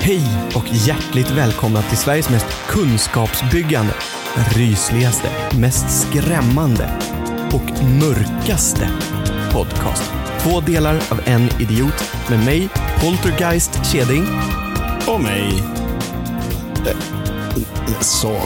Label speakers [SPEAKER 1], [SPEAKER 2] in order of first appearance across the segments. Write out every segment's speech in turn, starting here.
[SPEAKER 1] Hej och hjärtligt välkomna till Sveriges mest kunskapsbyggande, rysligaste, mest skrämmande och mörkaste podcast. Två delar av en idiot med mig, Poltergeist Keding.
[SPEAKER 2] Och mig. Så.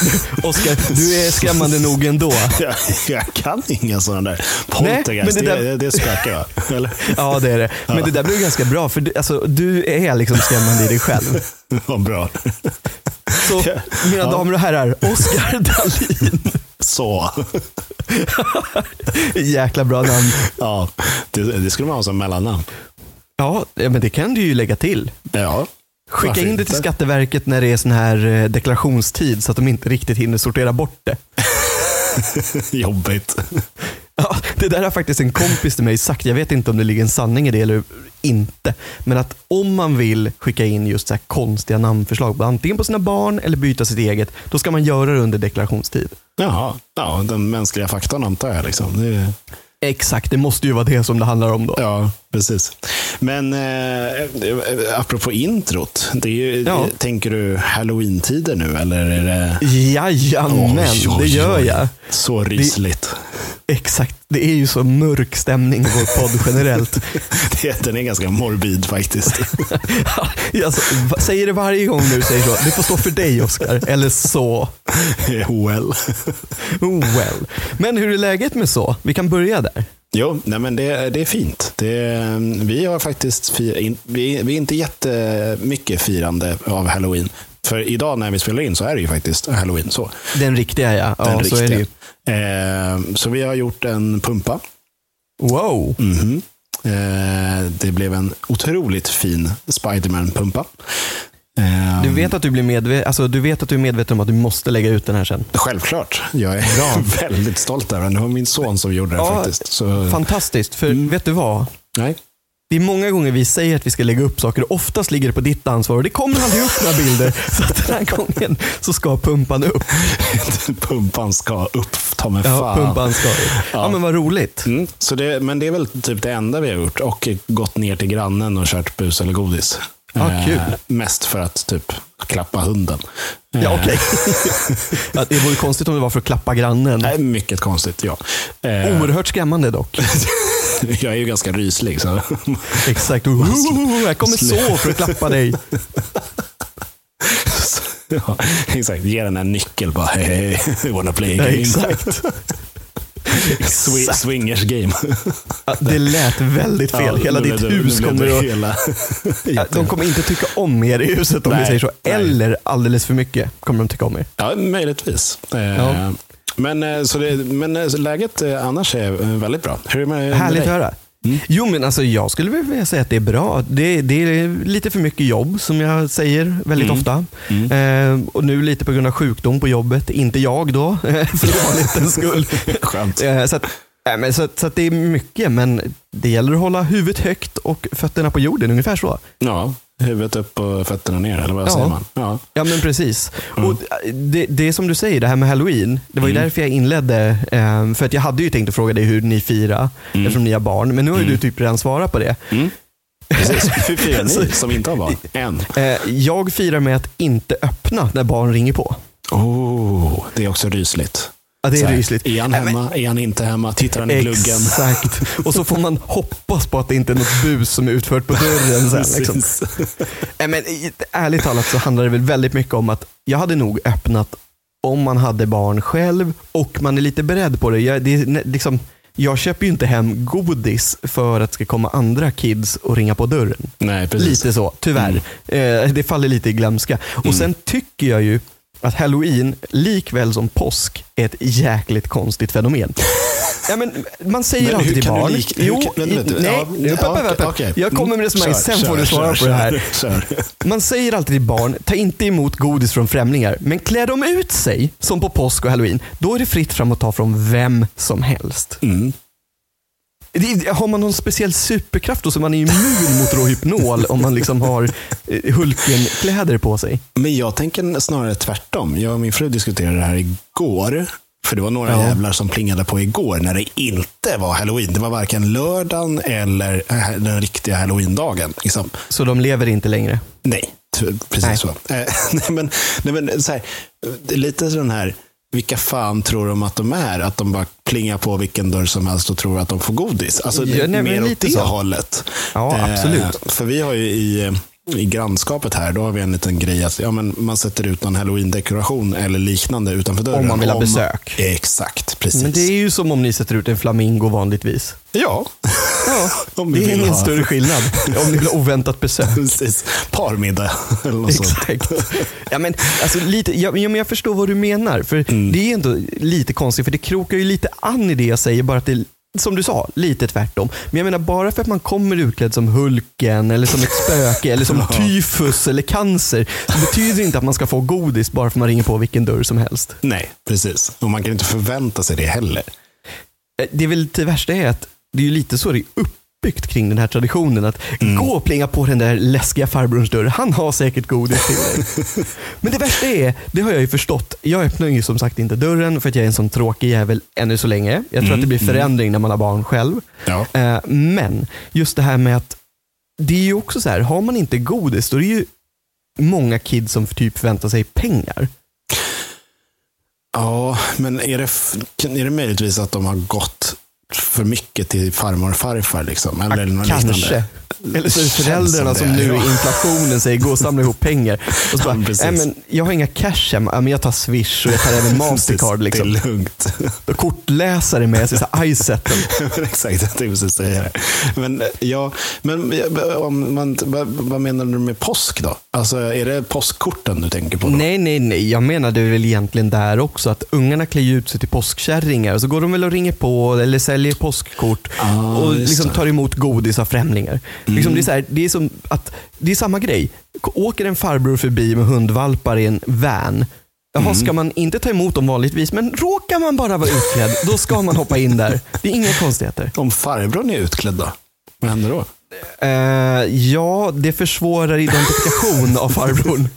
[SPEAKER 1] Oskar, du är skrämmande nog ändå.
[SPEAKER 2] Jag, jag kan inga sådana där. Poltergeist,
[SPEAKER 1] men det
[SPEAKER 2] det,
[SPEAKER 1] där-
[SPEAKER 2] det, det spökar va? Eller?
[SPEAKER 1] Ja, det är det. Men det där blev ganska bra, för du, alltså, du är liksom skrämmande i dig själv.
[SPEAKER 2] Vad bra.
[SPEAKER 1] Så, mina damer och herrar, Oskar Dahlin.
[SPEAKER 2] Så.
[SPEAKER 1] Jäkla bra namn.
[SPEAKER 2] Ja, det, det skulle man ha som mellannamn.
[SPEAKER 1] Ja, men det kan du ju lägga till.
[SPEAKER 2] Ja.
[SPEAKER 1] Skicka
[SPEAKER 2] Varför
[SPEAKER 1] in det till
[SPEAKER 2] inte?
[SPEAKER 1] Skatteverket när det är sån här eh, deklarationstid så att de inte riktigt hinner sortera bort det.
[SPEAKER 2] Jobbigt.
[SPEAKER 1] Ja, det där har faktiskt en kompis till mig sagt, jag vet inte om det ligger en sanning i det eller inte. Men att om man vill skicka in just så här konstiga namnförslag, antingen på sina barn eller byta sitt eget, då ska man göra det under deklarationstid.
[SPEAKER 2] Jaha. Ja, den mänskliga faktorn antar jag. Liksom. Det,
[SPEAKER 1] Exakt, det måste ju vara det som det handlar om då.
[SPEAKER 2] ja, precis. Men eh, eh, apropå introt. Det är ju,
[SPEAKER 1] Ja.
[SPEAKER 2] Tänker du halloween-tider nu eller? Är det...
[SPEAKER 1] Jajamän,
[SPEAKER 2] Oj, oj,
[SPEAKER 1] det gör
[SPEAKER 2] oj.
[SPEAKER 1] jag.
[SPEAKER 2] Så rysligt.
[SPEAKER 1] Exakt, det är ju så mörk stämning i vår podd generellt.
[SPEAKER 2] Det, den är ganska morbid faktiskt.
[SPEAKER 1] Ja, alltså, va- säger det varje gång du säger så. Det får stå för dig Oscar, eller så.
[SPEAKER 2] OL.
[SPEAKER 1] Oh well. Men hur är läget med så? Vi kan börja där.
[SPEAKER 2] Jo, nej men det, det är fint. Det, vi har faktiskt fir, in, vi, vi är inte jättemycket firande av halloween. För idag när vi spelar in så är det ju faktiskt halloween. Så,
[SPEAKER 1] Den riktiga ja. ja
[SPEAKER 2] den
[SPEAKER 1] så är det ju.
[SPEAKER 2] Eh, så vi har gjort en pumpa.
[SPEAKER 1] Wow.
[SPEAKER 2] Mhm. Eh, det blev en otroligt fin Spiderman-pumpa. Eh,
[SPEAKER 1] Du vet, att du, blir medve- alltså, du vet att du är medveten om att du måste lägga ut den här sen.
[SPEAKER 2] Självklart. Jag är väldigt stolt över den. Det var min son som gjorde den
[SPEAKER 1] Ja,
[SPEAKER 2] faktiskt. Så,
[SPEAKER 1] Mm. Fantastiskt, för vet du vad?
[SPEAKER 2] nej.
[SPEAKER 1] Det är många gånger vi säger att vi ska lägga upp saker och oftast ligger det på ditt ansvar och det kommer aldrig upp några bilder. Så att den här gången så ska pumpan upp.
[SPEAKER 2] Pumpan ska upp, ta mig
[SPEAKER 1] Ja,
[SPEAKER 2] fan.
[SPEAKER 1] pumpan ska upp. Ja, men vad roligt.
[SPEAKER 2] Mm, så det, men det är väl typ det enda vi har gjort och gått ner till grannen och kört bus eller godis. Eh,
[SPEAKER 1] Ah, kul.
[SPEAKER 2] mest för att typ klappa hunden.
[SPEAKER 1] Ja,
[SPEAKER 2] Eh,
[SPEAKER 1] okej. ja, det vore konstigt om det var för att klappa grannen.
[SPEAKER 2] nej, mycket konstigt, ja. Eh,
[SPEAKER 1] Oerhört skrämmande dock.
[SPEAKER 2] jag är ju ganska ryslig. Så.
[SPEAKER 1] Exakt. Oh, jag kommer så för att klappa dig.
[SPEAKER 2] ja, exakt, ge den en nyckel bara. Hey, hey, you wanna play a game?
[SPEAKER 1] Exakt.
[SPEAKER 2] Swi-
[SPEAKER 1] exakt.
[SPEAKER 2] Swingers game.
[SPEAKER 1] Ja, Det lät väldigt fel.
[SPEAKER 2] Ja,
[SPEAKER 1] Hela
[SPEAKER 2] nu blev
[SPEAKER 1] ditt
[SPEAKER 2] det- nu
[SPEAKER 1] hus
[SPEAKER 2] blev
[SPEAKER 1] kommer
[SPEAKER 2] det
[SPEAKER 1] att...
[SPEAKER 2] Hela...
[SPEAKER 1] Ja, De kommer inte tycka om er i huset om vi
[SPEAKER 2] Nej,
[SPEAKER 1] säger så.
[SPEAKER 2] nej.
[SPEAKER 1] Eller alldeles för mycket kommer de tycka om er.
[SPEAKER 2] Ja, möjligtvis. Eh,
[SPEAKER 1] Ja.
[SPEAKER 2] Men, eh, så det, men eh, så läget eh, annars är eh, väldigt bra. Hur är det med med
[SPEAKER 1] Härligt
[SPEAKER 2] dig?
[SPEAKER 1] att höra. Jo, men alltså, jag skulle väl vilja säga att det är bra. Det, det är lite för mycket jobb som jag säger väldigt ofta. Eh, och nu lite på grund av sjukdom på jobbet. Inte jag då, för vanlighetens skull.
[SPEAKER 2] Skönt.
[SPEAKER 1] Eh, Så, att, nej, men så, att- så att det är mycket, men det gäller att hålla huvudet högt och fötterna på jorden, ungefär så.
[SPEAKER 2] Ja, huvudet upp och fötterna ner, eller vad
[SPEAKER 1] Ja.
[SPEAKER 2] säger man? Ja.
[SPEAKER 1] Ja, men precis.
[SPEAKER 2] Mm.
[SPEAKER 1] Och eh, det, det är som du säger, det här med halloween. Det var ju därför jag inledde, eh, för att jag hade ju tänkt att fråga dig hur ni firar,
[SPEAKER 2] Mm.
[SPEAKER 1] eftersom ni har barn, men nu har ju du typ redan svarat på det.
[SPEAKER 2] Precis. Hur firar ni som inte har barn? En.
[SPEAKER 1] Eh, Jag firar med att inte öppna när barn ringer på.
[SPEAKER 2] Oh, det är också rysligt.
[SPEAKER 1] Ja, det
[SPEAKER 2] Så
[SPEAKER 1] är
[SPEAKER 2] här,
[SPEAKER 1] rysligt.
[SPEAKER 2] Är han
[SPEAKER 1] Nej, men-
[SPEAKER 2] hemma? Är han inte hemma? Tittar han i gluggen?
[SPEAKER 1] Exakt. Och så får man hoppas på att det inte är något bus som är utfört på dörren sen. Liksom.
[SPEAKER 2] Precis.
[SPEAKER 1] Nej, men i- ärligt talat så handlar det väl väldigt mycket om att jag hade nog öppnat om man hade barn själv och man är lite beredd på det. Jag, det är, nä- liksom, jag köper ju inte hem godis för att det ska komma andra kids och ringa på dörren.
[SPEAKER 2] Nej, precis. Mm.
[SPEAKER 1] Lite så, tyvärr. Eh, det faller lite i glömska. Och sen tycker jag ju att halloween, likväl som påsk, är ett jäkligt konstigt fenomen. Ja, men man säger
[SPEAKER 2] Men
[SPEAKER 1] alltid
[SPEAKER 2] hur
[SPEAKER 1] till
[SPEAKER 2] kan du
[SPEAKER 1] barn...
[SPEAKER 2] lik- hur
[SPEAKER 1] jo,
[SPEAKER 2] kan- vänta lite.
[SPEAKER 1] i- nej,
[SPEAKER 2] Ja,
[SPEAKER 1] nu,
[SPEAKER 2] ja,
[SPEAKER 1] pappa, pappa,
[SPEAKER 2] okej.
[SPEAKER 1] jag kommer med resonemang,
[SPEAKER 2] Kör,
[SPEAKER 1] sen får du
[SPEAKER 2] kör,
[SPEAKER 1] svara
[SPEAKER 2] kör,
[SPEAKER 1] på det här.
[SPEAKER 2] Kör, kör.
[SPEAKER 1] Man säger alltid till barn, ta inte emot godis från främlingar, men klär de ut sig, som på påsk och halloween, då är det fritt fram att ta från vem som helst.
[SPEAKER 2] Mm.
[SPEAKER 1] Det, har man någon speciell superkraft då så man är immun mot råhypnol om man liksom har eh, Hulken-kläder på sig?
[SPEAKER 2] Men jag tänker snarare tvärtom. Jag och min fru diskuterade det här igår. För det var några
[SPEAKER 1] Ja.
[SPEAKER 2] jävlar som plingade på igår när det inte var halloween. Det var varken lördagen eller eh, den riktiga halloween-dagen. Liksom.
[SPEAKER 1] Så de lever inte längre.
[SPEAKER 2] Nej, t- precis
[SPEAKER 1] Nej.
[SPEAKER 2] så. Eh, nej, men, nej, men så här, det är lite den här, vilka fan tror de att de är? Att de bara plingar på vilken dörr som helst och tror att de får godis. Alltså,
[SPEAKER 1] Ja, nej, men
[SPEAKER 2] mer åt
[SPEAKER 1] lite
[SPEAKER 2] det
[SPEAKER 1] så.
[SPEAKER 2] hållet. Eh,
[SPEAKER 1] Ja, absolut.
[SPEAKER 2] För vi har ju i, eh, i grannskapet här, då har vi en liten grej att ja, men man sätter ut någon halloween-dekoration eller liknande utanför dörren.
[SPEAKER 1] Om man vill ha besök.
[SPEAKER 2] Exakt, precis.
[SPEAKER 1] Men det är ju som om ni sätter ut en flamingo vanligtvis.
[SPEAKER 2] Ja,
[SPEAKER 1] Ja,
[SPEAKER 2] Om vi
[SPEAKER 1] det är
[SPEAKER 2] vill
[SPEAKER 1] ingen
[SPEAKER 2] ha.
[SPEAKER 1] större skillnad. Om ni vill ha oväntat besök.
[SPEAKER 2] precis. Parmiddag eller något sånt.
[SPEAKER 1] Exakt. Ja, men, alltså, lite, ja, men jag förstår vad du menar. För
[SPEAKER 2] Mm.
[SPEAKER 1] Det är ändå lite konstigt, för det krokar ju lite an i det jag säger, bara att det som du sa, lite tvärtom. Men jag menar, bara för att man kommer utklädd som Hulken, eller som ett spöke, eller som tyfus eller cancer, så betyder det inte att man ska få godis bara för att man ringer på vilken dörr som helst.
[SPEAKER 2] Nej, precis. Och man kan inte förvänta sig det heller.
[SPEAKER 1] Eh, Det är väl det värsta är att det är ju lite så det är uppbyggt kring den här traditionen. Att gå och plinga på den där läskiga farbrorns dörr. Han har säkert godis till dig. Men det värsta är, det har jag ju förstått. Jag öppnar ju som sagt inte dörren för att jag är en sån tråkig jävel ännu så länge. Jag tror att det blir förändring när man har barn själv.
[SPEAKER 2] Ja.
[SPEAKER 1] Eh, Men just det här med att det är ju också så här, har man inte godis då är det ju många kids som typ förväntar sig pengar.
[SPEAKER 2] Ja, men är det, f- är det möjligtvis att de har gått för mycket till farmor och farfar? Liksom? Eller något
[SPEAKER 1] Kanske.
[SPEAKER 2] liknande?
[SPEAKER 1] Eller så är det
[SPEAKER 2] Känns
[SPEAKER 1] föräldrarna
[SPEAKER 2] som
[SPEAKER 1] som
[SPEAKER 2] det,
[SPEAKER 1] nu i
[SPEAKER 2] ja.
[SPEAKER 1] inflationen säger gå och samla ihop pengar. Och så bara,
[SPEAKER 2] Ja, precis.
[SPEAKER 1] nej men jag har inga cash hemma, Ja, men jag tar swish och jag tar även Mastercard.
[SPEAKER 2] Precis,
[SPEAKER 1] Liksom.
[SPEAKER 2] Det är lugnt.
[SPEAKER 1] Och kortläsare med sig, så här, iSetten.
[SPEAKER 2] Men Exakt, jag tänkte precis säga det. Men, eh, ja, men eh, om man, vad, vad menar du med påsk då? Alltså, är det påskkorten du tänker på? Då?
[SPEAKER 1] Nej, nej, nej. Jag menade väl egentligen där också att ungarna klär ju ut sig till påskkärringar och så går de väl och ringer på eller säljer påskkort
[SPEAKER 2] Ah,
[SPEAKER 1] och
[SPEAKER 2] just
[SPEAKER 1] liksom
[SPEAKER 2] det.
[SPEAKER 1] tar emot godis av främlingar. Liksom det, är så här, det, är som att, det är samma grej. K- Åker en farbror förbi med hundvalpar i en van Jaha,
[SPEAKER 2] Mm.
[SPEAKER 1] ska man inte ta emot dem vanligtvis, men råkar man bara vara utklädd, då ska man hoppa in där. Det är inga konstigheter.
[SPEAKER 2] Om farbrorn är utklädd då? Vad händer då?
[SPEAKER 1] Eh, ja, det försvårar identifikation av farbrorn.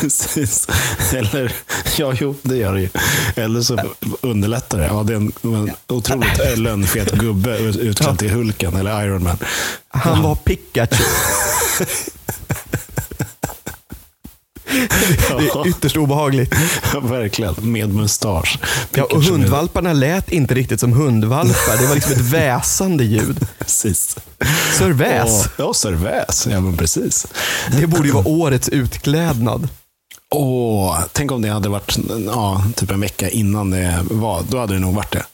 [SPEAKER 2] Precis. Eller, ja, jo, det gör det ju. Eller så underlättar det. Ja, det är en, en otroligt lönnfet gubbe ut- utklädd till Hulken eller Iron Man.
[SPEAKER 1] Han var Pikachu. Det är
[SPEAKER 2] Ja,
[SPEAKER 1] ytterst obehagligt.
[SPEAKER 2] verkligen. Med mustasch.
[SPEAKER 1] Ja, och
[SPEAKER 2] Pikachu med-
[SPEAKER 1] hundvalparna lät inte riktigt som hundvalpar. Det var liksom ett väsande ljud.
[SPEAKER 2] Precis.
[SPEAKER 1] Sir Väs.
[SPEAKER 2] Ja, Ja, Sir Väs. Ja, men precis.
[SPEAKER 1] Det borde ju vara årets utklädnad.
[SPEAKER 2] Åh, tänk om det hade varit ja, typ en vecka innan det var. Då hade det nog varit det.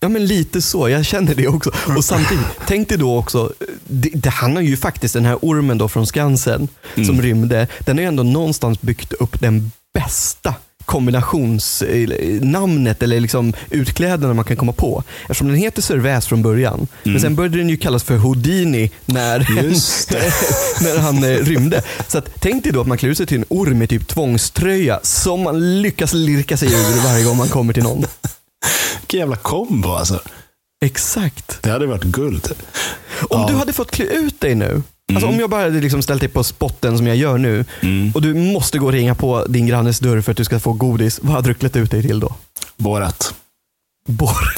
[SPEAKER 1] Ja, men lite så. Jag känner det också. Och samtidigt, tänk dig då också, det, det, han har ju faktiskt, den här ormen då från Skansen
[SPEAKER 2] Mm.
[SPEAKER 1] som rymde, den har ju ändå någonstans byggt upp den bästa kombinationsnamnet eller liksom utklädnaden man kan komma på. Eftersom den heter Sir Väs från början. Men sen började den ju kallas för Houdini när,
[SPEAKER 2] Mm. Just det.
[SPEAKER 1] när han eh, rymde. Så att, tänk dig då att man klär ut sig till en orm i typ tvångströja som man lyckas lirka sig ur varje gång man kommer till någon.
[SPEAKER 2] Vilken jävla kombo alltså.
[SPEAKER 1] Exakt.
[SPEAKER 2] Det hade varit guld.
[SPEAKER 1] Om du hade fått klä ut dig nu, alltså om jag bara hade liksom ställt dig på spotten som jag gör nu och du måste gå och ringa på din grannes dörr för att du ska få godis, vad hade du klätt ut dig till då?
[SPEAKER 2] Borat.
[SPEAKER 1] Borr.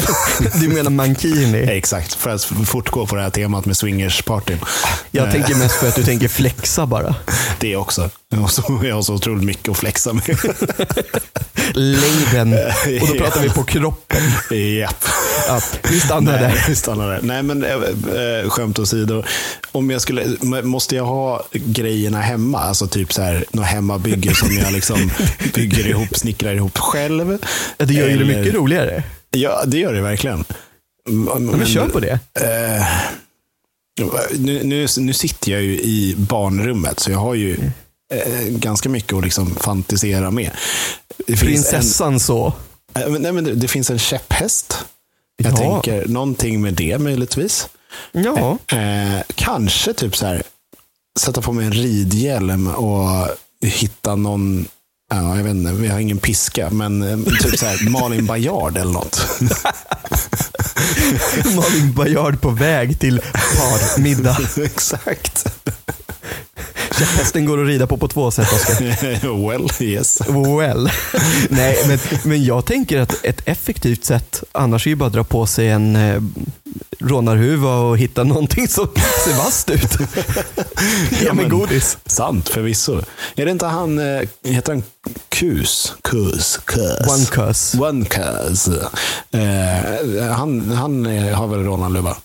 [SPEAKER 1] Du menar mankini?
[SPEAKER 2] Exakt, för att fortgå på det här temat med swingerspartyn. Eh,
[SPEAKER 1] Jag tänker mest för att du tänker flexa bara.
[SPEAKER 2] Det också. Jag har så- jag har så otroligt mycket att flexa med.
[SPEAKER 1] Längden. Och då pratar vi på kroppen.
[SPEAKER 2] Japp.
[SPEAKER 1] Ja, vi stannar där.
[SPEAKER 2] Nej, vi stannar där. Nej, men eh, eh, skämt åsido. Om jag skulle, m- måste jag ha grejerna hemma? Alltså typ så här, något hemmabygge som jag liksom bygger ihop, snickrar ihop själv.
[SPEAKER 1] Ja, Det gör ju det
[SPEAKER 2] Eller-
[SPEAKER 1] mycket roligare.
[SPEAKER 2] Ja, det gör det verkligen. Men,
[SPEAKER 1] Men kör på det.
[SPEAKER 2] Eh, nu, nu, nu sitter jag ju i barnrummet, så jag har ju
[SPEAKER 1] Mm.
[SPEAKER 2] eh, ganska mycket att liksom fantisera med. Det finns, en,
[SPEAKER 1] Prinsessan så.
[SPEAKER 2] eh, men- nej, men det, det finns en käpphäst. Jag
[SPEAKER 1] Ja.
[SPEAKER 2] tänker någonting med det möjligtvis.
[SPEAKER 1] Ja,
[SPEAKER 2] Eh, kanske typ så här, sätta på mig en ridhjälm och hitta någon, ja, jag vet inte, vi har ingen piska, men eh, typ så här, Malin Baryard eller något.
[SPEAKER 1] Malin Baryard på väg till parmiddag.
[SPEAKER 2] Exakt.
[SPEAKER 1] Hästen går att rida på på två sätt, Oskar.
[SPEAKER 2] well, yes.
[SPEAKER 1] Well. Nej, men, men jag tänker att ett effektivt sätt annars är ju bara att dra på sig en eh, rånarhuva och hitta någonting som ser vasst ut. ja, men godis.
[SPEAKER 2] Sant, förvisso. Är det inte han, eh, heter han Kus? Kus, Kus.
[SPEAKER 1] One curse.
[SPEAKER 2] One Kus. Eh, han, han eh, har väl rånarluva?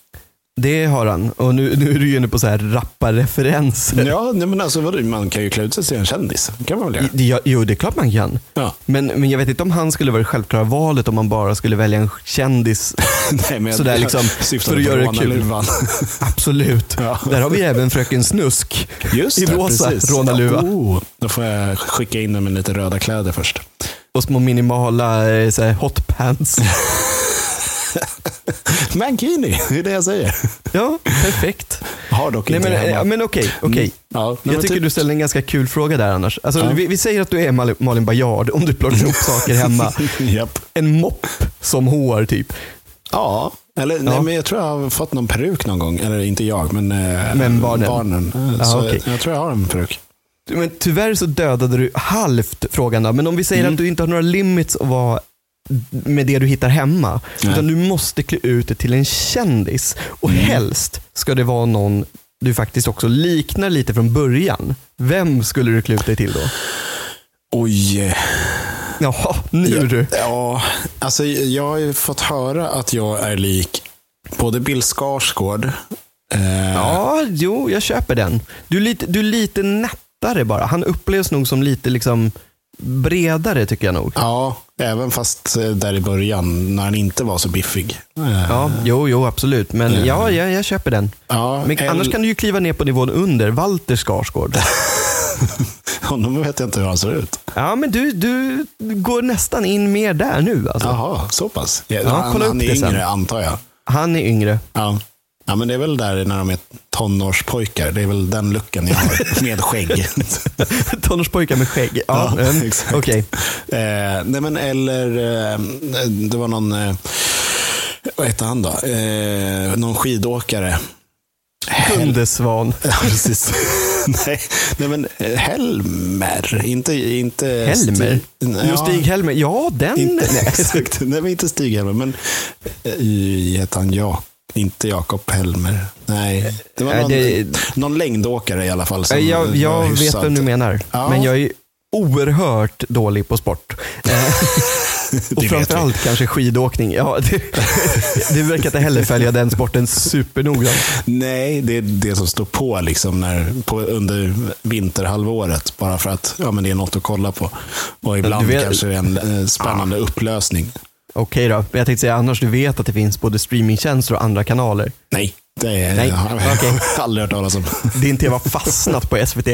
[SPEAKER 1] Det har han. Och nu, nu är du ju inne på så här rapparreferenser.
[SPEAKER 2] Ja, nej, men alltså vadå, man kan ju klä ut sig till en kändis. Det kan man väl göra?
[SPEAKER 1] Det- ja, Jo, det är klart man kan.
[SPEAKER 2] Ja.
[SPEAKER 1] Men, men jag vet inte om han skulle vara det självklara valet om man bara skulle välja en kändis.
[SPEAKER 2] Nej, men jag-
[SPEAKER 1] Sådär
[SPEAKER 2] jag
[SPEAKER 1] liksom,
[SPEAKER 2] syftade
[SPEAKER 1] för att
[SPEAKER 2] på
[SPEAKER 1] göra det kul.
[SPEAKER 2] rånarluvan.
[SPEAKER 1] Absolut.
[SPEAKER 2] Ja.
[SPEAKER 1] Där har vi även Fröken Snusk
[SPEAKER 2] Just
[SPEAKER 1] i
[SPEAKER 2] det,
[SPEAKER 1] rosa
[SPEAKER 2] precis.
[SPEAKER 1] rånarluva.
[SPEAKER 2] Oh, då får jag skicka in den med lite röda kläder först.
[SPEAKER 1] och små minimala eh, så här, hotpants.
[SPEAKER 2] Mankini, det är det jag säger.
[SPEAKER 1] Ja, perfekt.
[SPEAKER 2] Har dock
[SPEAKER 1] Nej,
[SPEAKER 2] inte
[SPEAKER 1] men,
[SPEAKER 2] det hemma.
[SPEAKER 1] eh, men okej, okej.
[SPEAKER 2] Ja, nej, men
[SPEAKER 1] Jag tycker
[SPEAKER 2] typ-
[SPEAKER 1] du ställer en ganska kul fråga där annars. Alltså,
[SPEAKER 2] Ja.
[SPEAKER 1] vi, vi säger att du är Mal- Malin Baryard om du plockar ihop saker hemma.
[SPEAKER 2] Japp.
[SPEAKER 1] En mopp som hår typ.
[SPEAKER 2] Ja, eller
[SPEAKER 1] Ja.
[SPEAKER 2] Nej, men jag tror jag har fått någon peruk någon gång. Eller inte jag, men, eh,
[SPEAKER 1] Men barnen.
[SPEAKER 2] Eh,
[SPEAKER 1] Ja,
[SPEAKER 2] så
[SPEAKER 1] okej.
[SPEAKER 2] Jag tror jag har en peruk.
[SPEAKER 1] Du, Men tyvärr så dödade du halvt frågan där. Men om vi säger
[SPEAKER 2] Mm.
[SPEAKER 1] att du inte har några limits att vara med det du hittar hemma.
[SPEAKER 2] Nej. Mm.
[SPEAKER 1] Utan du måste klä ut det till en kändis. Och helst ska det vara någon du faktiskt också liknar lite från början. Vem skulle du klä ut dig till då?
[SPEAKER 2] Oj.
[SPEAKER 1] Jaha, nu du.
[SPEAKER 2] Ja, Äh. alltså jag har ju fått höra att jag är lik både Bill Skarsgård. Eh,
[SPEAKER 1] Ja, jo, jag köper den. Du är lite, du är lite nättare bara. Han upplevs nog som lite liksom bredare tycker jag nog.
[SPEAKER 2] ja, även fast eh, där i början när han inte var så biffig. Eh,
[SPEAKER 1] Ja, jo, jo, absolut. Men ja, jag, jag köper den.
[SPEAKER 2] ja,
[SPEAKER 1] Men
[SPEAKER 2] eller-
[SPEAKER 1] annars kan du ju kliva ner på nivån under, Walter Skarsgård.
[SPEAKER 2] Honom vet jag inte hur han ser ut.
[SPEAKER 1] Ja, men du, du går nästan in mer där nu. Alltså.
[SPEAKER 2] Jaha, så pass. Ja,
[SPEAKER 1] Ja,
[SPEAKER 2] han
[SPEAKER 1] kolla
[SPEAKER 2] han
[SPEAKER 1] upp
[SPEAKER 2] är
[SPEAKER 1] det sen.
[SPEAKER 2] yngre antar jag.
[SPEAKER 1] Han är yngre.
[SPEAKER 2] Ja. ja, men det är väl där när de är tonårspojkar. Det är väl den looken jag har med skägg.
[SPEAKER 1] Tonårspojkar med skägg. Ja,
[SPEAKER 2] Ja,
[SPEAKER 1] mm,
[SPEAKER 2] exakt.
[SPEAKER 1] Okej.
[SPEAKER 2] Eh, nej men eller, eh, det var någon, eh, vad hette han då? Eh, någon skidåkare.
[SPEAKER 1] Hundesvan.
[SPEAKER 2] Ja, precis. nej, nej men eh, Helmer. Inte, inte
[SPEAKER 1] Helmer? Jo,
[SPEAKER 2] ja,
[SPEAKER 1] Stig Helmer. Ja, den.
[SPEAKER 2] Inte, nej,
[SPEAKER 1] Nej.
[SPEAKER 2] exakt. Nej, men inte Stig Helmer. Men eh, hette han ja. Inte Jakob Helmer. Nej, det var
[SPEAKER 1] Nej,
[SPEAKER 2] någon,
[SPEAKER 1] Eh, det- Eh,
[SPEAKER 2] någon längdåkare i alla fall. Som
[SPEAKER 1] Jag,
[SPEAKER 2] var
[SPEAKER 1] jag vet
[SPEAKER 2] hyfsad.
[SPEAKER 1] vem du menar,
[SPEAKER 2] Ja.
[SPEAKER 1] men jag är oerhört dålig på sport. Eh,
[SPEAKER 2] Det
[SPEAKER 1] Och
[SPEAKER 2] vet vi.
[SPEAKER 1] framförallt kanske skidåkning. Ja, det, det verkar inte heller följa den sporten supernoggrant.
[SPEAKER 2] Nej, det är det som står på, liksom när, på under vinterhalvåret. Bara för att ja, men det är något att kolla på. Och ibland
[SPEAKER 1] du vet-
[SPEAKER 2] kanske det är en eh, spännande upplösning.
[SPEAKER 1] Okej då, men jag tänkte säga annars, du vet att det finns både streamingtjänster och andra kanaler.
[SPEAKER 2] Nej, det är,
[SPEAKER 1] Nej,
[SPEAKER 2] har jag
[SPEAKER 1] okej.
[SPEAKER 2] aldrig hört talas om.
[SPEAKER 1] Din tv har fastnat på SVT.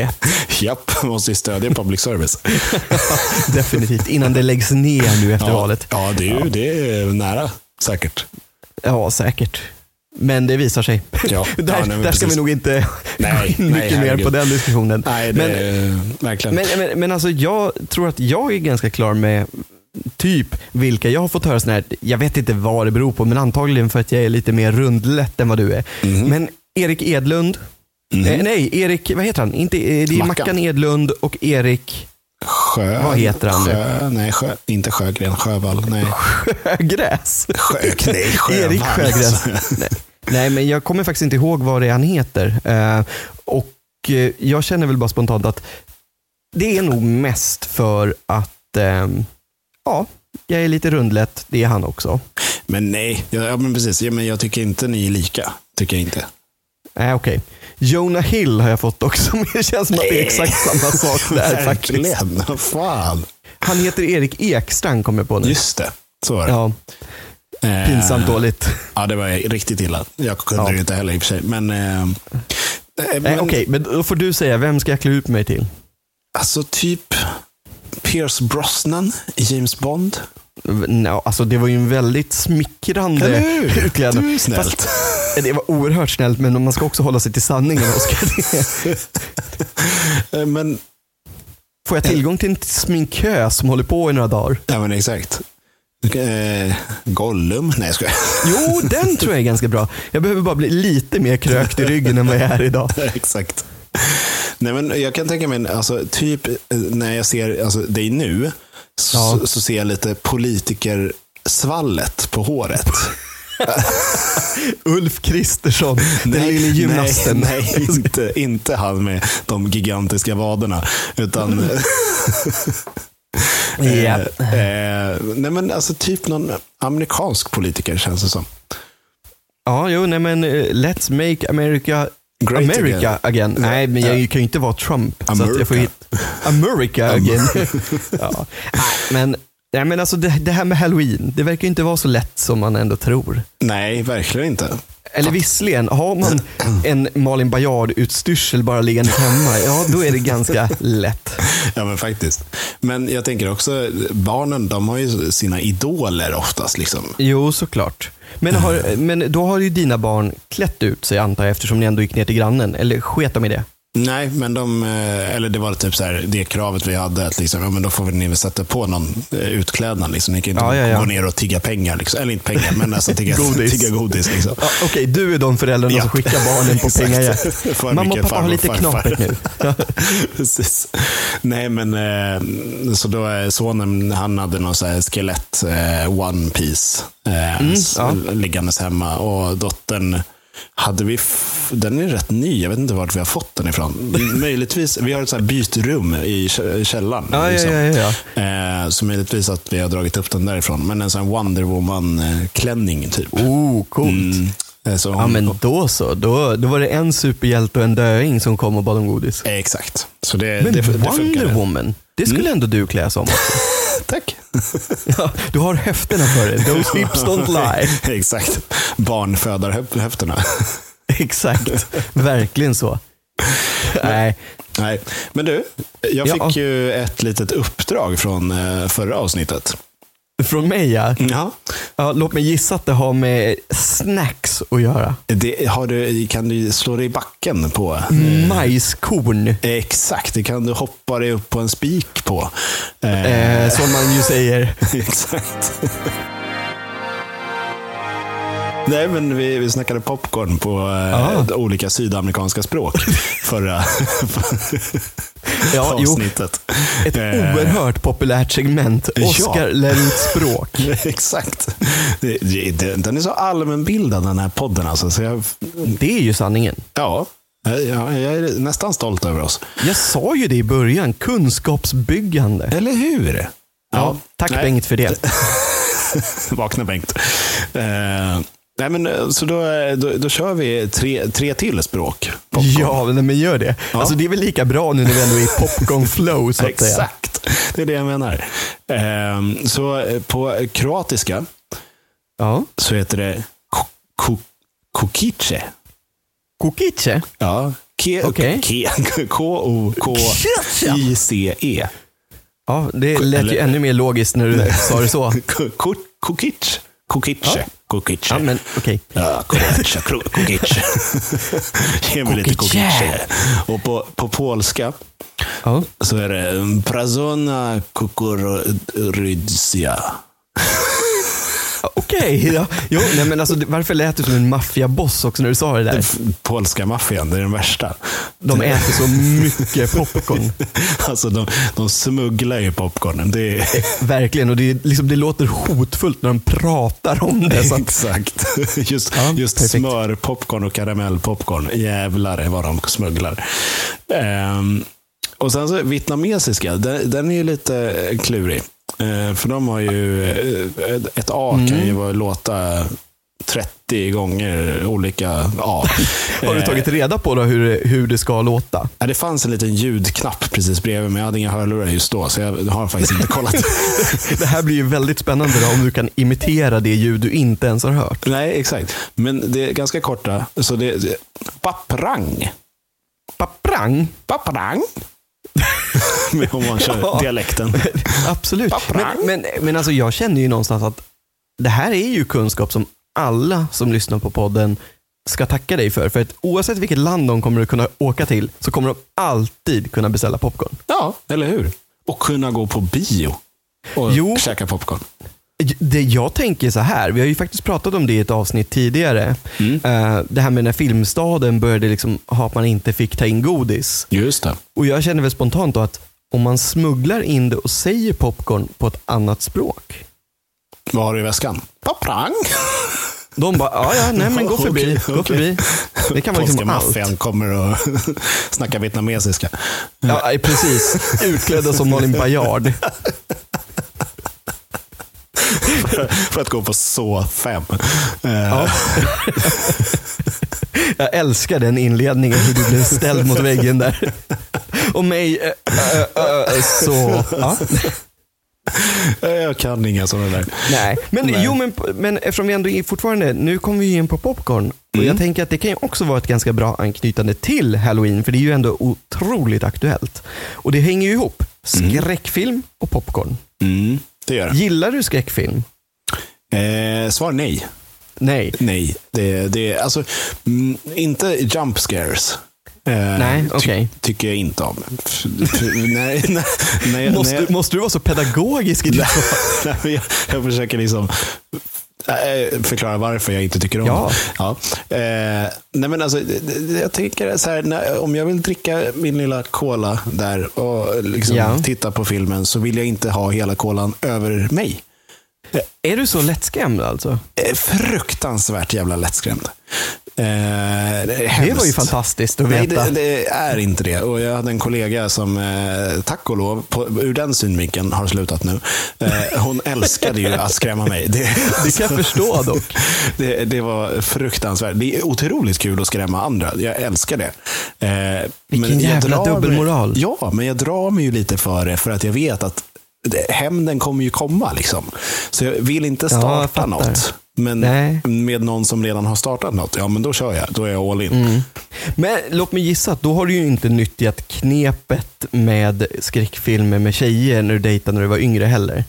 [SPEAKER 2] Japp, måste ju stödja public service.
[SPEAKER 1] Definitivt, innan det läggs ner nu efter valet.
[SPEAKER 2] Ja, det är, ju, det är nära säkert.
[SPEAKER 1] Ja, säkert. Men det visar sig.
[SPEAKER 2] Ja,
[SPEAKER 1] där
[SPEAKER 2] ja, nej, men
[SPEAKER 1] där ska vi
[SPEAKER 2] precis.
[SPEAKER 1] nog inte gå
[SPEAKER 2] Nej,
[SPEAKER 1] in
[SPEAKER 2] nej,
[SPEAKER 1] mycket mer
[SPEAKER 2] herregud.
[SPEAKER 1] på den diskussionen.
[SPEAKER 2] Nej, det
[SPEAKER 1] Men-
[SPEAKER 2] är verkligen.
[SPEAKER 1] Men, men, men alltså jag tror att jag är ganska klar med typ vilka jag har fått höra sådana här, jag vet inte vad det beror på, men antagligen för att jag är lite mer rundlätt än vad du är.
[SPEAKER 2] Mm.
[SPEAKER 1] Men Erik Edlund, eh, nej, Erik, vad heter han? Inte, eh, det är Mackan.
[SPEAKER 2] Mackan.
[SPEAKER 1] Edlund och Erik
[SPEAKER 2] Sjö,
[SPEAKER 1] vad heter han nu?
[SPEAKER 2] Sjö, nej, sjö, inte Sjögren, Sjövall. Nej,
[SPEAKER 1] Sjögräs.
[SPEAKER 2] Sjök, nej, Sjövall.
[SPEAKER 1] Erik Sjögräs. nej. nej, men jag kommer faktiskt inte ihåg vad det är han heter. Eh, och eh, jag känner väl bara spontant att det är nog mest för att ehm, ja, jag är lite rundlätt. Det är han också.
[SPEAKER 2] Men nej, ja, ja, men precis. Ja, men jag tycker inte ni är lika. Tycker jag inte.
[SPEAKER 1] Nej, Eh, okej. Jonah Hill har jag fått också, men det känns som att det är exakt samma sak där faktiskt.
[SPEAKER 2] Verkligen. Vad Fan.
[SPEAKER 1] Han heter Erik Ekstrand kommer jag på nu.
[SPEAKER 2] Just det. Så var det.
[SPEAKER 1] Ja,
[SPEAKER 2] Eh,
[SPEAKER 1] pinsamt dåligt. Eh,
[SPEAKER 2] Ja, det var riktigt illa. Jag kunde
[SPEAKER 1] Ja.
[SPEAKER 2] det inte heller i och för sig. Men, eh, eh,
[SPEAKER 1] Nej,
[SPEAKER 2] men
[SPEAKER 1] Okej, men då får du säga, vem ska jag klä ut mig till?
[SPEAKER 2] alltså typ Pierce Brosnan i James Bond.
[SPEAKER 1] No, alltså det var ju en väldigt
[SPEAKER 2] Eller
[SPEAKER 1] smickrande
[SPEAKER 2] hur?
[SPEAKER 1] utklädnad.
[SPEAKER 2] Eh, Du är snällt.
[SPEAKER 1] Fast, eh, det var oerhört snällt, men man ska också hålla sig till sanningen, Oskar. Det-
[SPEAKER 2] Eh, Men,
[SPEAKER 1] Får jag tillgång till en sminkö som håller på i några dagar?
[SPEAKER 2] ja, men exakt. Eh, Gollum? Nej, jag skojar.
[SPEAKER 1] Jo, den tror jag är ganska bra. Jag behöver bara bli lite mer krökt i ryggen än vad jag är idag.
[SPEAKER 2] exakt. Nej, men jag kan tänka mig, alltså, typ eh, när jag ser alltså, dig nu, så,
[SPEAKER 1] Ja.
[SPEAKER 2] så ser jag lite politikersvallet på håret.
[SPEAKER 1] Ulf Kristersson, den lille gymnasten.
[SPEAKER 2] Nej, nej inte, inte han med de gigantiska vaderna. Utan...
[SPEAKER 1] Ja.
[SPEAKER 2] eh, eh, nej, men alltså typ någon amerikansk politiker känns det som.
[SPEAKER 1] Ja, jo, nej men eh, let's make America
[SPEAKER 2] Great
[SPEAKER 1] America
[SPEAKER 2] again.
[SPEAKER 1] again. Nej, men jag kan ju inte vara Trump. Så att jag får
[SPEAKER 2] America.
[SPEAKER 1] hit America again. ja. Nej, men, nej, men alltså det, det här med halloween, det verkar ju inte vara så lätt som man ändå tror.
[SPEAKER 2] Nej, verkligen inte.
[SPEAKER 1] Eller visserligen, har man en Malin Baryard-utstyrsel bara liggande hemma, ja då är det ganska lätt.
[SPEAKER 2] Ja, men faktiskt. Men jag tänker också, barnen de har ju sina idoler oftast. Liksom.
[SPEAKER 1] Jo, såklart. Men, har, men då har ju dina barn klätt ut sig antar jag, eftersom ni ändå gick ner till grannen. Eller sket de i det?
[SPEAKER 2] Nej, men de, eh, eller det var typ så här, det kravet vi hade, att liksom, ja, men då får väl ni väl sätta på någon eh, utklädnad. Liksom. Ni kan inte
[SPEAKER 1] Ja, ja, ja.
[SPEAKER 2] gå ner och tigga pengar, liksom. eller inte pengar, men alltså tigga
[SPEAKER 1] Godis.
[SPEAKER 2] godis. Tigga godis liksom.
[SPEAKER 1] Ja, Okej, du är de föräldrarna
[SPEAKER 2] Ja.
[SPEAKER 1] som skickar barnen på
[SPEAKER 2] Exakt.
[SPEAKER 1] pengajakt.
[SPEAKER 2] Farmor,
[SPEAKER 1] Mamma och pappa har
[SPEAKER 2] farmor,
[SPEAKER 1] lite
[SPEAKER 2] farfar.
[SPEAKER 1] knapert nu.
[SPEAKER 2] Precis. Nej, men eh, så då är sonen, han hade någon så här skelett eh, one piece eh, s-
[SPEAKER 1] Mm, ja.
[SPEAKER 2] liggandes hemma och dottern hade vi, f- den är rätt ny, jag vet inte vart vi har fått den ifrån. Möjligtvis, vi har ett så här bytrum i kä- i källaren.
[SPEAKER 1] Ja, ja,
[SPEAKER 2] liksom.
[SPEAKER 1] ja, ja.
[SPEAKER 2] Eh, så möjligtvis att vi har dragit upp den därifrån. Men en sån här Wonder Woman-klänning typ.
[SPEAKER 1] Oh, coolt.
[SPEAKER 2] Mm. Eh, Så hon,
[SPEAKER 1] Ja, men då så. Då, då var det en superhjälte och en döing som kom och bad om godis.
[SPEAKER 2] Eh, Exakt. Så det,
[SPEAKER 1] Men
[SPEAKER 2] det, det Mm.
[SPEAKER 1] Wonder
[SPEAKER 2] funkade.
[SPEAKER 1] Woman, det skulle ändå du kläs om.
[SPEAKER 2] Tack.
[SPEAKER 1] Ja, du har höfterna för dig. Those hips don't lie.
[SPEAKER 2] Exakt. Barn födar höf- höfterna.
[SPEAKER 1] Exakt, verkligen så. Nej,
[SPEAKER 2] Nej. Men du, jag
[SPEAKER 1] Ja.
[SPEAKER 2] fick ju ett litet uppdrag från eh, förra avsnittet.
[SPEAKER 1] från mig ja.
[SPEAKER 2] Ja.
[SPEAKER 1] ja. Låt mig gissa att det har med snacks att göra.
[SPEAKER 2] Det har du, kan du slå dig i backen på.
[SPEAKER 1] Mm. Majskorn,
[SPEAKER 2] Exakt, det kan du hoppa dig upp på en spik på. Eh,
[SPEAKER 1] eh, som man ju säger.
[SPEAKER 2] Exakt. Nej, men vi, vi snackade popcorn på eh,
[SPEAKER 1] Ah.
[SPEAKER 2] olika sydamerikanska språk förra
[SPEAKER 1] Ja, jo,
[SPEAKER 2] avsnittet.
[SPEAKER 1] ett
[SPEAKER 2] Eh,
[SPEAKER 1] oerhört populärt segment.
[SPEAKER 2] Ja.
[SPEAKER 1] Oscar lär ut språk.
[SPEAKER 2] Exakt. Det- det- det- Den är så allmänbildad den här podden. Alltså, så jag,
[SPEAKER 1] Det är ju sanningen.
[SPEAKER 2] ja, jag, jag är nästan stolt över oss.
[SPEAKER 1] Jag sa ju det i början, kunskapsbyggande.
[SPEAKER 2] Eller hur?
[SPEAKER 1] Ja, tack
[SPEAKER 2] Nej.
[SPEAKER 1] Bengt för det.
[SPEAKER 2] Vakna Bengt. Eh, nej, men, eh, så då, eh, då, då kör vi tre, tre till språk. Popcorn.
[SPEAKER 1] Ja, nej, men gör det.
[SPEAKER 2] Ja.
[SPEAKER 1] Alltså, det är väl lika bra nu när vi ändå är i popcorn flow så att säga.
[SPEAKER 2] Exakt, det är det jag menar. Eh, så eh, på kroatiska
[SPEAKER 1] Ja.
[SPEAKER 2] så heter det ko- ko- kokice.
[SPEAKER 1] Kokice?
[SPEAKER 2] Ja, K-
[SPEAKER 1] Okej.
[SPEAKER 2] K- E. K-O-K-I-C-E.
[SPEAKER 1] Ja, det lät ju
[SPEAKER 2] Eller-
[SPEAKER 1] ännu mer logiskt när du sa det så.
[SPEAKER 2] Ko- ko- Kokic. Kokice.
[SPEAKER 1] Ja,
[SPEAKER 2] Kokice.
[SPEAKER 1] men okej.
[SPEAKER 2] Ja, kokice. kro- Kokice. Ge mig lite
[SPEAKER 1] Kokice.
[SPEAKER 2] kokice. Och på, på polska
[SPEAKER 1] Ja.
[SPEAKER 2] så är det Prazona kukurydzia.
[SPEAKER 1] Okej, ja. Jo, nej, men alltså, det- varför lät du som en maffiaboss också när du sa det där?
[SPEAKER 2] Polska maffian, det är den värsta.
[SPEAKER 1] De äter så mycket popcorn.
[SPEAKER 2] Alltså, de, de smugglar ju popcornen. Det är...
[SPEAKER 1] Verkligen, och det, är liksom, det låter hotfullt när de pratar om det. Så att,
[SPEAKER 2] Exakt. Just,
[SPEAKER 1] Ja,
[SPEAKER 2] just
[SPEAKER 1] perfekt.
[SPEAKER 2] smörpopcorn och karamellpopcorn. Jävlar vad de smugglar. Ehm, och sen så vietnamesiska, den, den är ju lite klurig. Eh, för de har ju, eh, ett- ett A
[SPEAKER 1] Mm.
[SPEAKER 2] kan ju vara- låta 30 gånger olika A.
[SPEAKER 1] har du
[SPEAKER 2] Eh,
[SPEAKER 1] tagit reda på då hur, det- hur det ska låta?
[SPEAKER 2] Ja, det fanns en liten ljudknapp precis bredvid, men jag hade inga hörlurar just då, så jag har faktiskt inte kollat.
[SPEAKER 1] Det här blir ju väldigt spännande då, om du kan imitera det ljud du inte ens har hört.
[SPEAKER 2] Nej, exakt. Men det är ganska korta. Så det, det, paprang.
[SPEAKER 1] Paprang!
[SPEAKER 2] Paprang. Men Om man kör
[SPEAKER 1] Ja.
[SPEAKER 2] dialekten.
[SPEAKER 1] Absolut.
[SPEAKER 2] Paprang.
[SPEAKER 1] Men, men, men alltså, jag känner ju någonstans att det här är ju kunskap som alla som lyssnar på podden ska tacka dig för. För att oavsett vilket land de kommer att kunna åka till så kommer de alltid kunna beställa popcorn.
[SPEAKER 2] Ja, eller hur? Och kunna gå på bio och
[SPEAKER 1] Jo.
[SPEAKER 2] käka popcorn.
[SPEAKER 1] Det jag tänker så här, vi har ju faktiskt pratat om det i ett avsnitt tidigare.
[SPEAKER 2] Mm.
[SPEAKER 1] Eh, Det här med när Filmstaden började liksom ha att man inte fick ta in godis.
[SPEAKER 2] Just det.
[SPEAKER 1] Och jag känner väl spontant då att om man smugglar in det och säger popcorn på ett annat språk.
[SPEAKER 2] Vad har du i väskan? Paprang!
[SPEAKER 1] De bara, ja ja, nej men gå förbi,
[SPEAKER 2] Okej,
[SPEAKER 1] gå
[SPEAKER 2] okej.
[SPEAKER 1] förbi. Det kan vara liksom allt.
[SPEAKER 2] Påskamaffian kommer och snackar vietnamesiska.
[SPEAKER 1] Ja, eh, precis. Utklädda som Malin Baryard.
[SPEAKER 2] För att gå på så fem. Eh,
[SPEAKER 1] Ja. Jag älskar den inledningen, hur du blev ställd mot väggen där. Och mig, eh, eh, eh, eh, så... Ja.
[SPEAKER 2] Jag kan inga sådana där.
[SPEAKER 1] Nej. Men,
[SPEAKER 2] Nej.
[SPEAKER 1] Jo, men, men eftersom vi ändå är fortfarande, nu kommer vi ju in på popcorn. Och
[SPEAKER 2] Mm.
[SPEAKER 1] jag tänker att det kan ju också vara ett ganska bra anknytande till halloween, för det är ju ändå otroligt aktuellt. Och det hänger ju ihop, skräckfilm och popcorn.
[SPEAKER 2] Mm, det gör det.
[SPEAKER 1] Gillar du skräckfilm?
[SPEAKER 2] Eh, svar nej.
[SPEAKER 1] Nej.
[SPEAKER 2] Nej, det, det alltså mm, inte jump scares. Eh,
[SPEAKER 1] Nej,
[SPEAKER 2] ty-
[SPEAKER 1] okej.
[SPEAKER 2] Tycker jag inte om. F- f- nej, nej, nej,
[SPEAKER 1] Måste,
[SPEAKER 2] nej,
[SPEAKER 1] måste du vara så pedagogisk i ditt
[SPEAKER 2] nej, men jag, jag försöker liksom eh, förklara varför jag inte tycker om
[SPEAKER 1] Ja.
[SPEAKER 2] det. ja. eh, Nej men alltså, det- det- jag tänker så här, när, om jag vill dricka min lilla cola där och liksom
[SPEAKER 1] Ja.
[SPEAKER 2] titta på filmen så vill jag inte ha hela kolan över mig.
[SPEAKER 1] Är du så lättskrämd alltså?
[SPEAKER 2] Eh, Fruktansvärt jävla lättskrämd. Eh,
[SPEAKER 1] Det var ju fantastiskt att
[SPEAKER 2] Nej,
[SPEAKER 1] veta.
[SPEAKER 2] det, det är inte det. Och jag hade en kollega som, eh, tack och lov, på, ur den synvinkeln har slutat nu. Eh, hon älskade ju att skrämma mig. Det, alltså,
[SPEAKER 1] Det kan jag förstå dock.
[SPEAKER 2] det, det var fruktansvärt. Det är otroligt kul att skrämma andra. Jag älskar det. Eh,
[SPEAKER 1] Vilken jävla
[SPEAKER 2] drar mig-
[SPEAKER 1] dubbelmoral.
[SPEAKER 2] Ja, men jag drar mig ju lite för det för att jag vet att det- hämnden kommer ju komma. Liksom. Så jag vill inte
[SPEAKER 1] Ja, jag
[SPEAKER 2] starta
[SPEAKER 1] fattar.
[SPEAKER 2] något. Men
[SPEAKER 1] Nej.
[SPEAKER 2] med någon som redan har startat något, ja men då kör jag. Då är jag all in.
[SPEAKER 1] Mm. Men låt mig gissa att då har du ju inte nyttjat knepet med skräckfilmer med tjejer när du dejtade när du var yngre heller.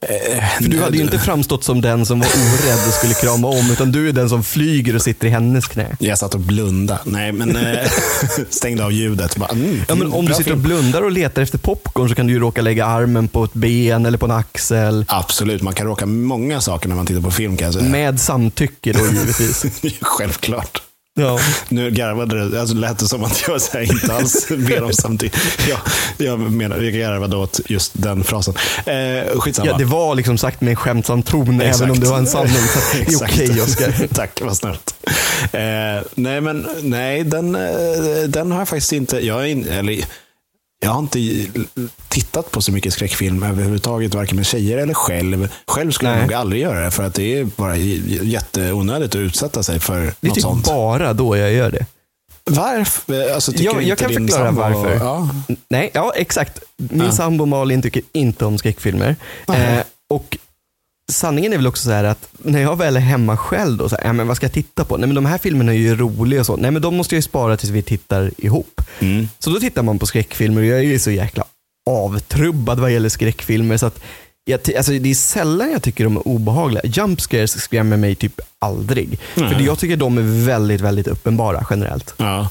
[SPEAKER 2] Eh,
[SPEAKER 1] För du hade ju inte framstått som den som var orädd och skulle krama om, utan du är den som flyger och sitter i hennes knä.
[SPEAKER 2] Jag satt och blundade. Nej, men eh, stängde av ljudet. Bara, mm,
[SPEAKER 1] Ja, men om du
[SPEAKER 2] bra
[SPEAKER 1] sitter och
[SPEAKER 2] film.
[SPEAKER 1] blundar och letar efter popcorn så kan du ju råka lägga armen på ett ben eller på en axel.
[SPEAKER 2] Absolut, man kan råka många saker när man tittar på film kan jag säga.
[SPEAKER 1] Med samtycke då givetvis.
[SPEAKER 2] Självklart.
[SPEAKER 1] Ja.
[SPEAKER 2] Nu garvade det, alltså lät det som att jag så här, inte alls ber om samtidigt. Jag, jag menar, jag garvade åt just den frasen. Eh, skitsamma.
[SPEAKER 1] Ja, det var liksom sagt med en skämtsam ton,
[SPEAKER 2] Exakt.
[SPEAKER 1] även om det var en sanning. Så att det är
[SPEAKER 2] Exakt.
[SPEAKER 1] okej, Oskar.
[SPEAKER 2] Tack, vad snällt. Eh, nej, men nej, den, eh, den har jag faktiskt inte... Jag, är in, eller, jag har inte tittat på så mycket skräckfilm överhuvudtaget, varken med tjejer eller själv. Själv skulle
[SPEAKER 1] Nej.
[SPEAKER 2] jag nog aldrig göra det, för att det är bara j- jätteonödigt att utsätta sig för
[SPEAKER 1] Det är
[SPEAKER 2] något
[SPEAKER 1] typ
[SPEAKER 2] sånt.
[SPEAKER 1] bara då jag gör det.
[SPEAKER 2] Varför? Alltså, tycker
[SPEAKER 1] Jag- jag
[SPEAKER 2] inte
[SPEAKER 1] kan
[SPEAKER 2] din
[SPEAKER 1] förklara
[SPEAKER 2] sambo-
[SPEAKER 1] varför.
[SPEAKER 2] Ja.
[SPEAKER 1] N- Nej, ja exakt. Min
[SPEAKER 2] Ja.
[SPEAKER 1] sambo Malin tycker inte om skräckfilmer.
[SPEAKER 2] Nej.
[SPEAKER 1] Eh, och sanningen är väl också så här att när jag väl är hemma själv då, så här, ja, men vad ska jag titta på? Nej men de här filmerna är ju roliga och så. Nej men de måste jag ju spara tills vi tittar ihop.
[SPEAKER 2] Mm.
[SPEAKER 1] Så då tittar man på skräckfilmer och jag är ju så jäkla avtrubbad vad gäller skräckfilmer. Så att jag, ty- alltså, det är sällan jag tycker de är obehagliga. Jump scares skrämmer mig typ aldrig.
[SPEAKER 2] Nej.
[SPEAKER 1] För jag tycker de är väldigt, väldigt uppenbara generellt.
[SPEAKER 2] Ja.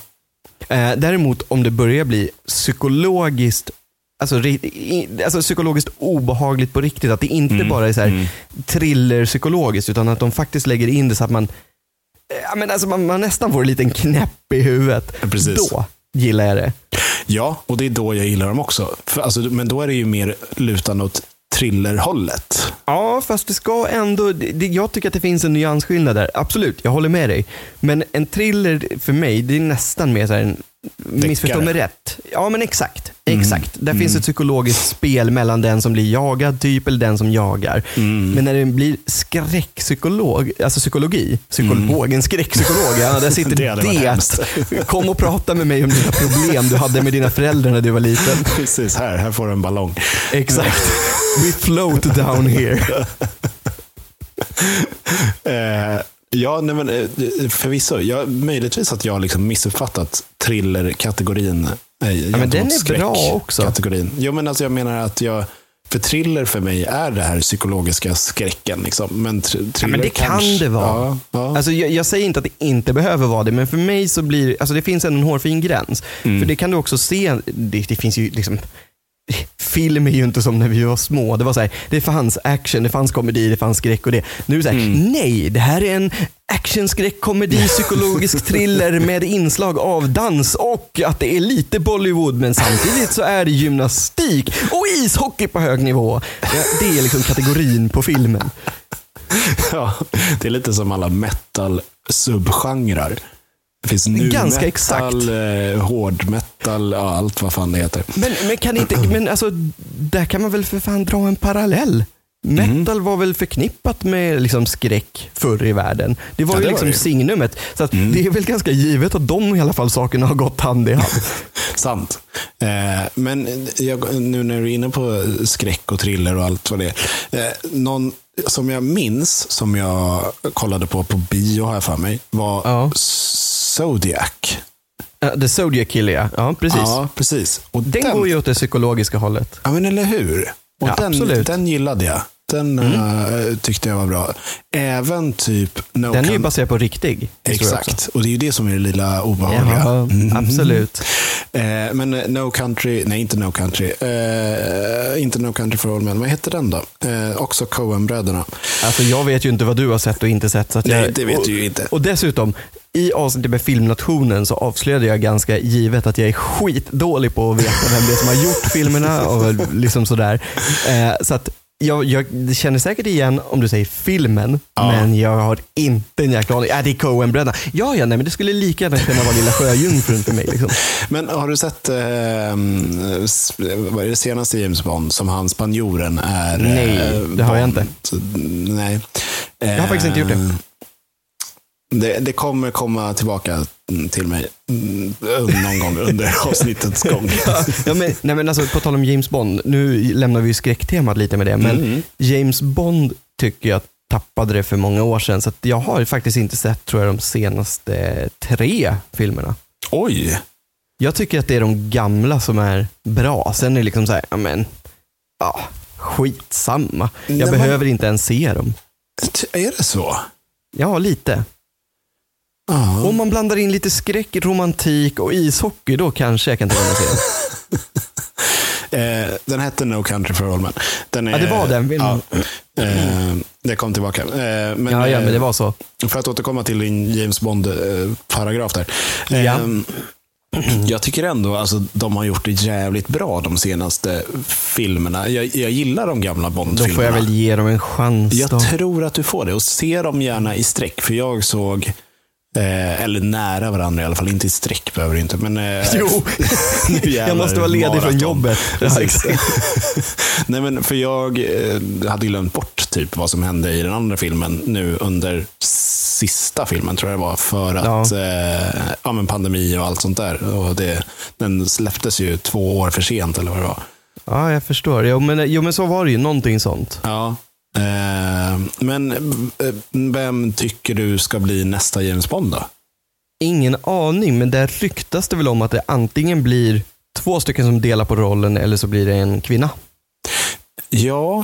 [SPEAKER 1] Eh, däremot om det börjar bli psykologiskt Alltså, ri- i- alltså psykologiskt obehagligt på riktigt. Att det inte
[SPEAKER 2] Mm.
[SPEAKER 1] bara är så här thriller-psykologiskt, utan att de faktiskt lägger in det så att man, eh, ja, men alltså man, man nästan får en liten knäpp i huvudet.
[SPEAKER 2] Ja, precis.
[SPEAKER 1] Då gillar jag det.
[SPEAKER 2] Ja, och det är då jag gillar dem också. För, alltså, men då är det ju mer lutande åt thrillerhållet.
[SPEAKER 1] Ja, fast det ska ändå, det, det- jag tycker att det finns en nyansskillnad där. Absolut, jag håller med dig. Men en thriller för mig, det är nästan mer så här en missförstå mig rätt. Ja, men exakt.
[SPEAKER 2] Mm.
[SPEAKER 1] Exakt. Där finns ett psykologiskt spel mellan den som blir jagad typ, eller den som jagar.
[SPEAKER 2] Mm.
[SPEAKER 1] Men när det blir skräckpsykolog, alltså psykologi, psykologen, skräckpsykolog, ja, där sitter
[SPEAKER 2] Mm. Det hade varit hemskt.
[SPEAKER 1] det. Kom och prata med mig om dina problem du hade med dina föräldrar när du var liten.
[SPEAKER 2] Precis, här, här får du en ballong.
[SPEAKER 1] Exakt.
[SPEAKER 2] Mm.
[SPEAKER 1] We float down here.
[SPEAKER 2] Eh, ja, nej men, eh, förvisso. Ja, möjligtvis att jag liksom missuppfattat thrillerkategorin.
[SPEAKER 1] men
[SPEAKER 2] Eh,
[SPEAKER 1] den
[SPEAKER 2] gentemot
[SPEAKER 1] är bra
[SPEAKER 2] skräck-
[SPEAKER 1] också.
[SPEAKER 2] Kategorin. Jo, men alltså, jag menar att jag... För thriller för mig är det här psykologiska skräcken. Liksom. Men, thr- thriller
[SPEAKER 1] det kan
[SPEAKER 2] kanske-
[SPEAKER 1] det vara.
[SPEAKER 2] Ja, ja.
[SPEAKER 1] Alltså, jag, jag säger inte att det inte behöver vara det, men för mig så blir
[SPEAKER 2] Mm.
[SPEAKER 1] alltså, det finns ändå en hårfin gräns. För det kan du också se, det, det finns ju liksom film är ju inte som när vi var små. Det var så här, det fanns action, det fanns komedi, det fanns skräck och det. Nu är det så
[SPEAKER 2] Mm.
[SPEAKER 1] här, nej, det här är en actionskräck, komedi, psykologisk thriller med inslag av dans och att det är lite Bollywood men samtidigt så är det gymnastik och ishockey på hög nivå. Ja, det är liksom kategorin på filmen.
[SPEAKER 2] Ja, det är lite som alla metal-subgenrer. Det finns nu
[SPEAKER 1] Ganska
[SPEAKER 2] metal,
[SPEAKER 1] exakt.
[SPEAKER 2] eh, hård metal, ja, allt vad fan det heter.
[SPEAKER 1] Men, men kan inte, men alltså, där kan man väl för fan dra en parallell?
[SPEAKER 2] Mm.
[SPEAKER 1] Metal var väl förknippat med liksom skräck förr i världen. Det var
[SPEAKER 2] Ja,
[SPEAKER 1] ju
[SPEAKER 2] det var
[SPEAKER 1] liksom
[SPEAKER 2] det ju. Mm.
[SPEAKER 1] signumet. Så att det är väl ganska givet att de i alla fall sakerna har gått hand i hand.
[SPEAKER 2] Sant. Eh, men jag, nu när du är inne på skräck och thriller och allt vad det är. Eh, någon som jag minns, som jag kollade på på bio har jag för mig, var
[SPEAKER 1] Ja.
[SPEAKER 2] Zodiac.
[SPEAKER 1] Ja, The Zodiac Killer, ja. ja precis.
[SPEAKER 2] Ja, precis. Och
[SPEAKER 1] Den, går ju åt det psykologiska hållet.
[SPEAKER 2] Ja, men eller hur? Och
[SPEAKER 1] Ja,
[SPEAKER 2] den,
[SPEAKER 1] absolut. Mm.
[SPEAKER 2] den gillade jag. Den eh, tyckte jag var bra. Även typ No
[SPEAKER 1] Den är ju
[SPEAKER 2] Country-
[SPEAKER 1] baserad på riktig historia också.
[SPEAKER 2] Exakt, Mm. och det är ju det som är det lilla obehagliga.
[SPEAKER 1] Ja, absolut.
[SPEAKER 2] Eh, men eh, No Country, nej inte No Country. Eh, inte No Country for All Men, vad heter den då? Eh, också Coen-bröderna.
[SPEAKER 1] Alltså jag vet ju inte vad du har sett och inte sett. Så att
[SPEAKER 2] Nej,
[SPEAKER 1] jag,
[SPEAKER 2] det vet
[SPEAKER 1] och,
[SPEAKER 2] du ju inte.
[SPEAKER 1] Och dessutom, i avsnittet med Filmnationen så avslöjade jag ganska givet att jag är skitdålig på att veta vem det är som har gjort filmerna och liksom sådär. Eh, så att jag, jag känner säkert igen om du säger filmen, men jag har inte en jäkla aning. Äh, det är Coen-bröderna. Ja, ja, nej, men det skulle lika gärna kunna vara Lilla Sjöjungfrun för mig. Liksom.
[SPEAKER 2] Men har du sett, eh, s- vad är det senaste James Bond, som han spanjoren är? eh,
[SPEAKER 1] Nej, det har jag
[SPEAKER 2] Bond?
[SPEAKER 1] inte.
[SPEAKER 2] Så, Nej. Eh,
[SPEAKER 1] Jag har faktiskt inte gjort det.
[SPEAKER 2] Det, det kommer komma tillbaka mm, till mig mm, någon gång under avsnittets gång.
[SPEAKER 1] Ja, men, nej, men alltså, på tal om James Bond, nu lämnar vi ju skräcktemat lite med det, men James Bond tycker jag tappade det för många år sedan, så att jag har faktiskt inte sett tror jag, de senaste tre filmerna.
[SPEAKER 2] Oj!
[SPEAKER 1] Jag tycker att det är de gamla som är bra, sen är det liksom så här, ja men, ja, skitsamma. Jag
[SPEAKER 2] Nej, men-
[SPEAKER 1] behöver inte ens se dem.
[SPEAKER 2] T- Är det så?
[SPEAKER 1] Ja, lite.
[SPEAKER 2] Ja.
[SPEAKER 1] Om man blandar in lite skräck, romantik och ishockey, då kanske jag kan tänka mig att se den.
[SPEAKER 2] Eh, den hette No Country for All Men. Den är,
[SPEAKER 1] Ja, det var den filmen.
[SPEAKER 2] Ja, eh, det kom tillbaka. Eh, men,
[SPEAKER 1] Ja, ja, men det var så.
[SPEAKER 2] eh, För att återkomma till din James Bond-paragraf där. Eh,
[SPEAKER 1] Ja.
[SPEAKER 2] Jag tycker ändå alltså, de har gjort det jävligt bra de senaste filmerna. Jag, jag gillar de gamla
[SPEAKER 1] Då
[SPEAKER 2] Bond-filmerna.
[SPEAKER 1] får jag väl ge dem en chans då.
[SPEAKER 2] Jag tror att du får det. Och se dem gärna i streck. För jag såg, eh, eller nära varandra i alla fall. Inte i streck behöver du inte. Men, eh,
[SPEAKER 1] Jo,
[SPEAKER 2] nu jävlar,
[SPEAKER 1] jag måste vara ledig
[SPEAKER 2] maraton.
[SPEAKER 1] från jobbet.
[SPEAKER 2] Ja,
[SPEAKER 1] Ja,
[SPEAKER 2] exakt. Nej, men för jag eh, hade glömt bort typ vad som hände i den andra filmen nu under sista filmen tror jag det var. För att ja. Eh, ja, men pandemi och allt sånt där. Och det, den släpptes ju två år för sent eller vad det var.
[SPEAKER 1] Ja, jag förstår. Jo men, jo, men så var det ju. Någonting sånt.
[SPEAKER 2] Ja. Eh, men eh, vem tycker du ska bli nästa James Bond då?
[SPEAKER 1] Ingen aning, men där ryktas det väl om att det antingen blir två stycken som delar på rollen eller så blir det en kvinna.
[SPEAKER 2] Ja,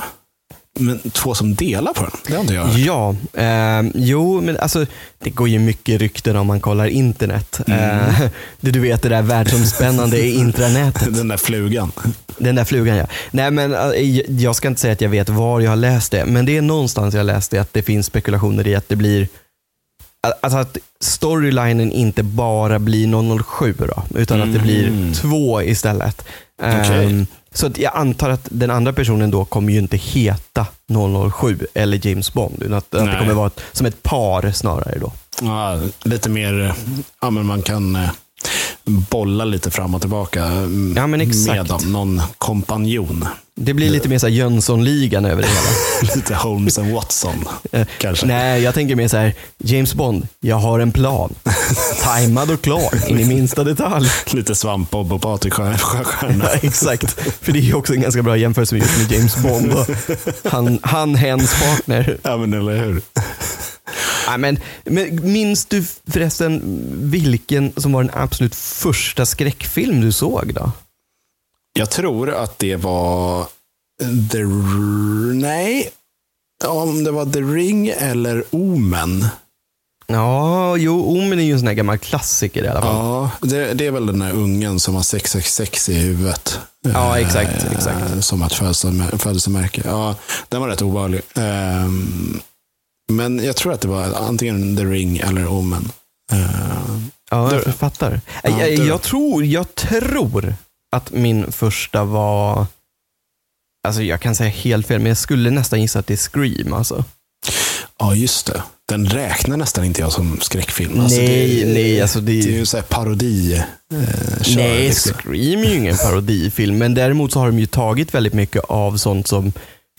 [SPEAKER 2] men två som delar på den. Det har inte jag hört.
[SPEAKER 1] Ja, eh, jo, men alltså det går ju mycket rykten om man kollar internet. Eh, det du vet, det där världsomspännande i intranätet.
[SPEAKER 2] Den där flugan.
[SPEAKER 1] Den där flugan ja. Nej men eh, jag- jag ska inte säga att jag vet var jag har läst det, men det är någonstans jag läst det att det finns spekulationer i att det blir Alltså att storylinen inte bara blir 007 då, utan att det blir två istället. Ehm,
[SPEAKER 2] Mm. Okej.
[SPEAKER 1] så att jag antar att den andra personen då kommer ju inte heta 007 eller James Bond, utan att, att det
[SPEAKER 2] Nej.
[SPEAKER 1] kommer vara ett, som ett par snarare då.
[SPEAKER 2] Ja, lite mer, eh, ja men man kan eh, bolla lite fram och tillbaka mm,
[SPEAKER 1] Ja, men exakt.
[SPEAKER 2] med dem. Någon kompanjon.
[SPEAKER 1] Det blir lite mer så här Jönssonligan över det hela.
[SPEAKER 2] lite Holmes and Watson.
[SPEAKER 1] Eh,
[SPEAKER 2] Kanske.
[SPEAKER 1] Nej, jag tänker mer så här, James Bond, jag har en plan. Tajmad och klar, in i minsta detalj.
[SPEAKER 2] Lite Svampbob och Patrik Sjö- Sjöstjärna.
[SPEAKER 1] Ja, exakt, för det är ju också en ganska bra jämförelse med just med James Bond och han, han hens partner.
[SPEAKER 2] Ja, men eller hur?
[SPEAKER 1] Nej, men, men minns du förresten vilken som var den absolut första skräckfilm du såg då?
[SPEAKER 2] Jag tror att det var The... Nej. Om det var The Ring eller Omen.
[SPEAKER 1] Ja, jo, Omen är ju en sån här gammal klassiker i alla fall.
[SPEAKER 2] Ja, det, det är väl den där ungen som har 666 i huvudet.
[SPEAKER 1] Ja, exakt, exakt.
[SPEAKER 2] Eh, Som ett födelsemär- födelsemärke. Ja, den var rätt obehaglig. Ehm, men jag tror att det var antingen The Ring eller Omen. Ehm,
[SPEAKER 1] Ja,
[SPEAKER 2] Du-
[SPEAKER 1] jag fattar.
[SPEAKER 2] Ja,
[SPEAKER 1] jag,
[SPEAKER 2] du-
[SPEAKER 1] jag, tror, jag tror att min första var, alltså jag kan säga helt fel, men jag skulle nästan gissa att det är Scream. Alltså.
[SPEAKER 2] ja, just det. Den räknar nästan inte jag som skräckfilm. Alltså,
[SPEAKER 1] nej,
[SPEAKER 2] det,
[SPEAKER 1] nej, alltså det,
[SPEAKER 2] Det är ju en sån här parodi. Eh, kör,
[SPEAKER 1] nej,
[SPEAKER 2] liksom.
[SPEAKER 1] Scream är ju ingen parodifilm, men däremot så har de ju tagit väldigt mycket av sånt som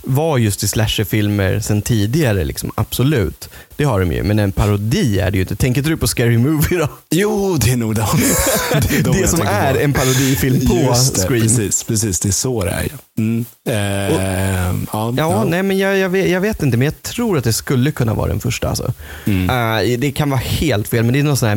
[SPEAKER 1] var just i slasherfilmer sen tidigare, liksom. absolut. Det har de ju, men en parodi är det ju inte. Tänker inte du på Scary Movie då?
[SPEAKER 2] Jo, det är nog dem. Det, är dem
[SPEAKER 1] det
[SPEAKER 2] jag
[SPEAKER 1] som
[SPEAKER 2] tänker
[SPEAKER 1] är
[SPEAKER 2] på.
[SPEAKER 1] en parodifilm på
[SPEAKER 2] Just det,
[SPEAKER 1] Scream.
[SPEAKER 2] precis, precis, det är så det är. ja. Mm. Ehm, ja,
[SPEAKER 1] Ja, nej men jag, jag, vet, jag vet inte, men jag tror att det skulle kunna vara den första. Alltså.
[SPEAKER 2] Mm.
[SPEAKER 1] Eh, det kan vara helt fel, men det är någon sån här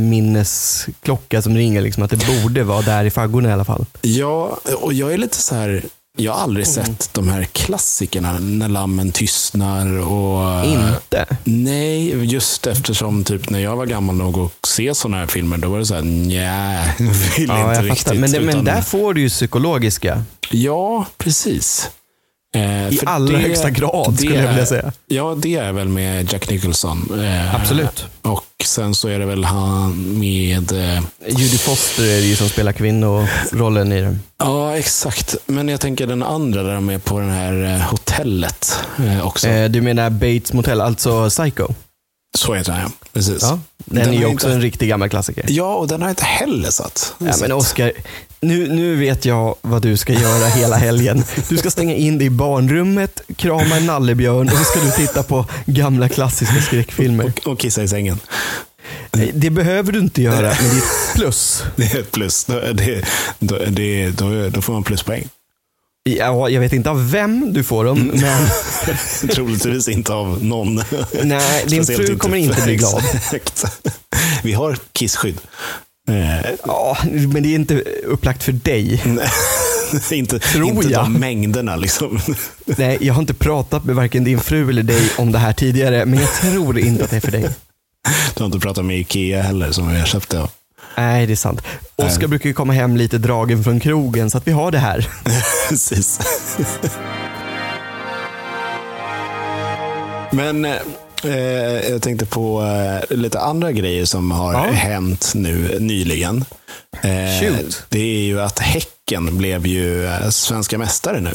[SPEAKER 1] minnesklocka som ringer. Liksom, att det borde vara där i faggorna i alla fall.
[SPEAKER 2] Ja, och jag är lite så här. Jag har aldrig
[SPEAKER 1] Mm.
[SPEAKER 2] sett de här klassikerna, När lammen tystnar och...
[SPEAKER 1] Inte.
[SPEAKER 2] Nej, just eftersom typ när jag var gammal nog och se sådana här filmer, då var det så här, nja, vill
[SPEAKER 1] Ja,
[SPEAKER 2] inte
[SPEAKER 1] jag fattar.
[SPEAKER 2] riktigt.
[SPEAKER 1] Men, det, men
[SPEAKER 2] utan-
[SPEAKER 1] där får du ju psykologiska.
[SPEAKER 2] Ja, precis. Eh,
[SPEAKER 1] I
[SPEAKER 2] för
[SPEAKER 1] allra
[SPEAKER 2] det-
[SPEAKER 1] högsta grad
[SPEAKER 2] det
[SPEAKER 1] skulle jag
[SPEAKER 2] är-
[SPEAKER 1] vilja säga.
[SPEAKER 2] Ja, det är väl med Jack Nicholson. Eh,
[SPEAKER 1] Absolut.
[SPEAKER 2] Och sen så är det väl han med... eh,
[SPEAKER 1] Judy Foster är det ju som spelar kvinnorollen i den.
[SPEAKER 2] Ja, exakt. Men jag tänker den andra där de är på det här eh, hotellet eh, också.
[SPEAKER 1] Eh, du menar Bates Motel, alltså Psycho?
[SPEAKER 2] Så heter den, ja. Precis.
[SPEAKER 1] Ja,
[SPEAKER 2] Ja.
[SPEAKER 1] den,
[SPEAKER 2] Den
[SPEAKER 1] är ju
[SPEAKER 2] har
[SPEAKER 1] också
[SPEAKER 2] inte-
[SPEAKER 1] en riktig gammal klassiker.
[SPEAKER 2] och den har jag inte heller satt.
[SPEAKER 1] Ja,
[SPEAKER 2] sett.
[SPEAKER 1] men Oskar, nu, nu vet jag vad du ska göra hela helgen. Du ska stänga in dig i barnrummet, krama en nallebjörn och så ska du titta på gamla klassiska skräckfilmer.
[SPEAKER 2] och, och kissa i sängen.
[SPEAKER 1] Det behöver du inte göra, men det är ett plus.
[SPEAKER 2] Det är ett plus. Då, det, då, det, då, då får man pluspoäng.
[SPEAKER 1] Ja, jag vet inte av vem du får dem, men
[SPEAKER 2] Troligtvis inte av någon.
[SPEAKER 1] nej, din
[SPEAKER 2] Speciellt
[SPEAKER 1] fru kommer inte bli glad.
[SPEAKER 2] Exakt. Vi har kissskydd. Eh,
[SPEAKER 1] Ja, men det är inte upplagt för dig.
[SPEAKER 2] nej, inte
[SPEAKER 1] Tror
[SPEAKER 2] inte
[SPEAKER 1] jag.
[SPEAKER 2] de mängderna liksom.
[SPEAKER 1] Nej, jag har inte pratat med varken din fru eller dig om det här tidigare, men jag tror inte att det är för dig.
[SPEAKER 2] Du har inte pratat med Ikea heller som jag köpte av.
[SPEAKER 1] Nej, det är sant. Oskar brukar ju komma hem lite dragen från krogen, så att vi har det här.
[SPEAKER 2] Precis. Men eh, eh, jag tänkte på eh, lite andra grejer som har
[SPEAKER 1] Ja.
[SPEAKER 2] hänt nu nyligen. Eh,
[SPEAKER 1] Shoot.
[SPEAKER 2] Det är ju att Häcken blev ju eh, svenska mästare nu.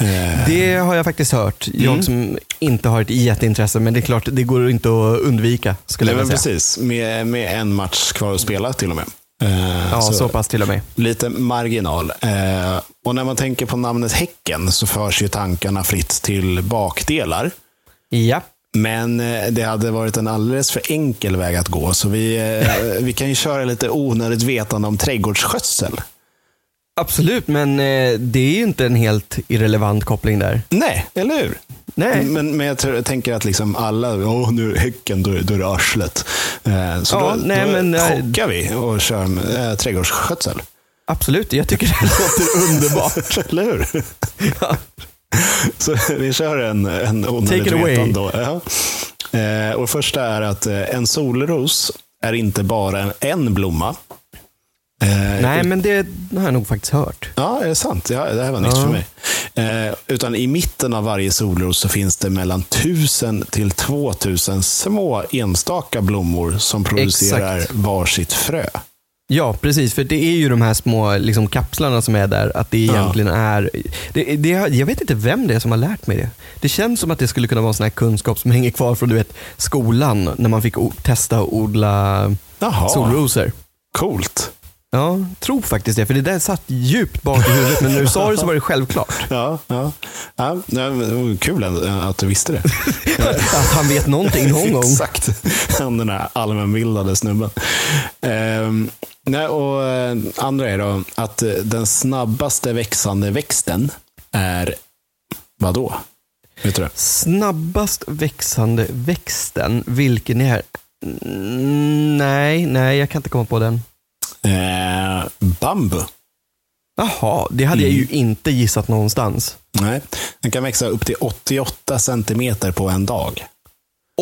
[SPEAKER 2] Eh,
[SPEAKER 1] Det har jag faktiskt hört. Jag
[SPEAKER 2] Mm.
[SPEAKER 1] som inte har ett jätteintresse, men det är klart, det går inte att undvika. Skulle
[SPEAKER 2] nej,
[SPEAKER 1] jag
[SPEAKER 2] men
[SPEAKER 1] vilja säga.
[SPEAKER 2] precis, med, med en match kvar att spela till och med. Eh,
[SPEAKER 1] Ja, så.
[SPEAKER 2] så
[SPEAKER 1] pass till och med.
[SPEAKER 2] Lite marginal. Eh, och när man tänker på namnet Häcken så förs ju tankarna fritt till bakdelar.
[SPEAKER 1] Ja,
[SPEAKER 2] Men eh, det hade varit en alldeles för enkel väg att gå, så vi, eh, vi kan ju köra lite onödigt vetande om trädgårdsskötsel.
[SPEAKER 1] absolut, men eh, det är ju inte en helt irrelevant koppling där. Mm,
[SPEAKER 2] Nej, eller hur?
[SPEAKER 1] Nej.
[SPEAKER 2] Men, men jag, tror, jag tänker att liksom alla, åh nu är häcken, då, är- då är det arslet. Eh, Så
[SPEAKER 1] Ja,
[SPEAKER 2] då,
[SPEAKER 1] nej,
[SPEAKER 2] då
[SPEAKER 1] men, eh,
[SPEAKER 2] chockar vi och kör eh, trädgårdsskötsel.
[SPEAKER 1] Absolut, jag tycker det låter underbart.
[SPEAKER 2] eller hur?
[SPEAKER 1] Ja.
[SPEAKER 2] Så vi kör en, en onödigt
[SPEAKER 1] Take it away.
[SPEAKER 2] vetan då. Ja. Eh, och första är att eh, en solros är inte bara en, en blomma. Eh,
[SPEAKER 1] Nej, men det har jag nog faktiskt hört.
[SPEAKER 2] Ja, är det sant? Ja, det här var nytt
[SPEAKER 1] Ja.
[SPEAKER 2] för mig. Eh, utan i mitten av varje solros så finns det mellan 1000 till 2000 små enstaka blommor som producerar
[SPEAKER 1] Exakt.
[SPEAKER 2] varsitt frö.
[SPEAKER 1] Ja, precis. För det är ju de här små liksom, kapslarna som är där. Att det
[SPEAKER 2] Ja.
[SPEAKER 1] egentligen är... Det, det, jag vet inte vem det är som har lärt mig det. Det känns som att det skulle kunna vara en sån här kunskap som hänger kvar från du vet, skolan, när man fick o- testa att odla
[SPEAKER 2] Jaha,
[SPEAKER 1] solrosor.
[SPEAKER 2] coolt.
[SPEAKER 1] Ja, tror faktiskt det. För det där satt djupt bak i huvudet, men när du sa det så var det självklart.
[SPEAKER 2] Ja, ja. Ja, nej, men kul ändå eh, att du visste det.
[SPEAKER 1] Att han vet någonting någon gång.
[SPEAKER 2] Exakt. Han den här allmänbildade snubben. Ehm, nej, och eh, andra är då att eh, den snabbaste växande växten är vadå? Vet du det?
[SPEAKER 1] Snabbast växande växten, vilken är? Mm, Nej, nej, jag kan inte komma på den.
[SPEAKER 2] Eh, bambu.
[SPEAKER 1] Jaha, det hade jag ju
[SPEAKER 2] Mm.
[SPEAKER 1] inte gissat någonstans.
[SPEAKER 2] Nej, den kan växa upp till 88 centimeter på en dag.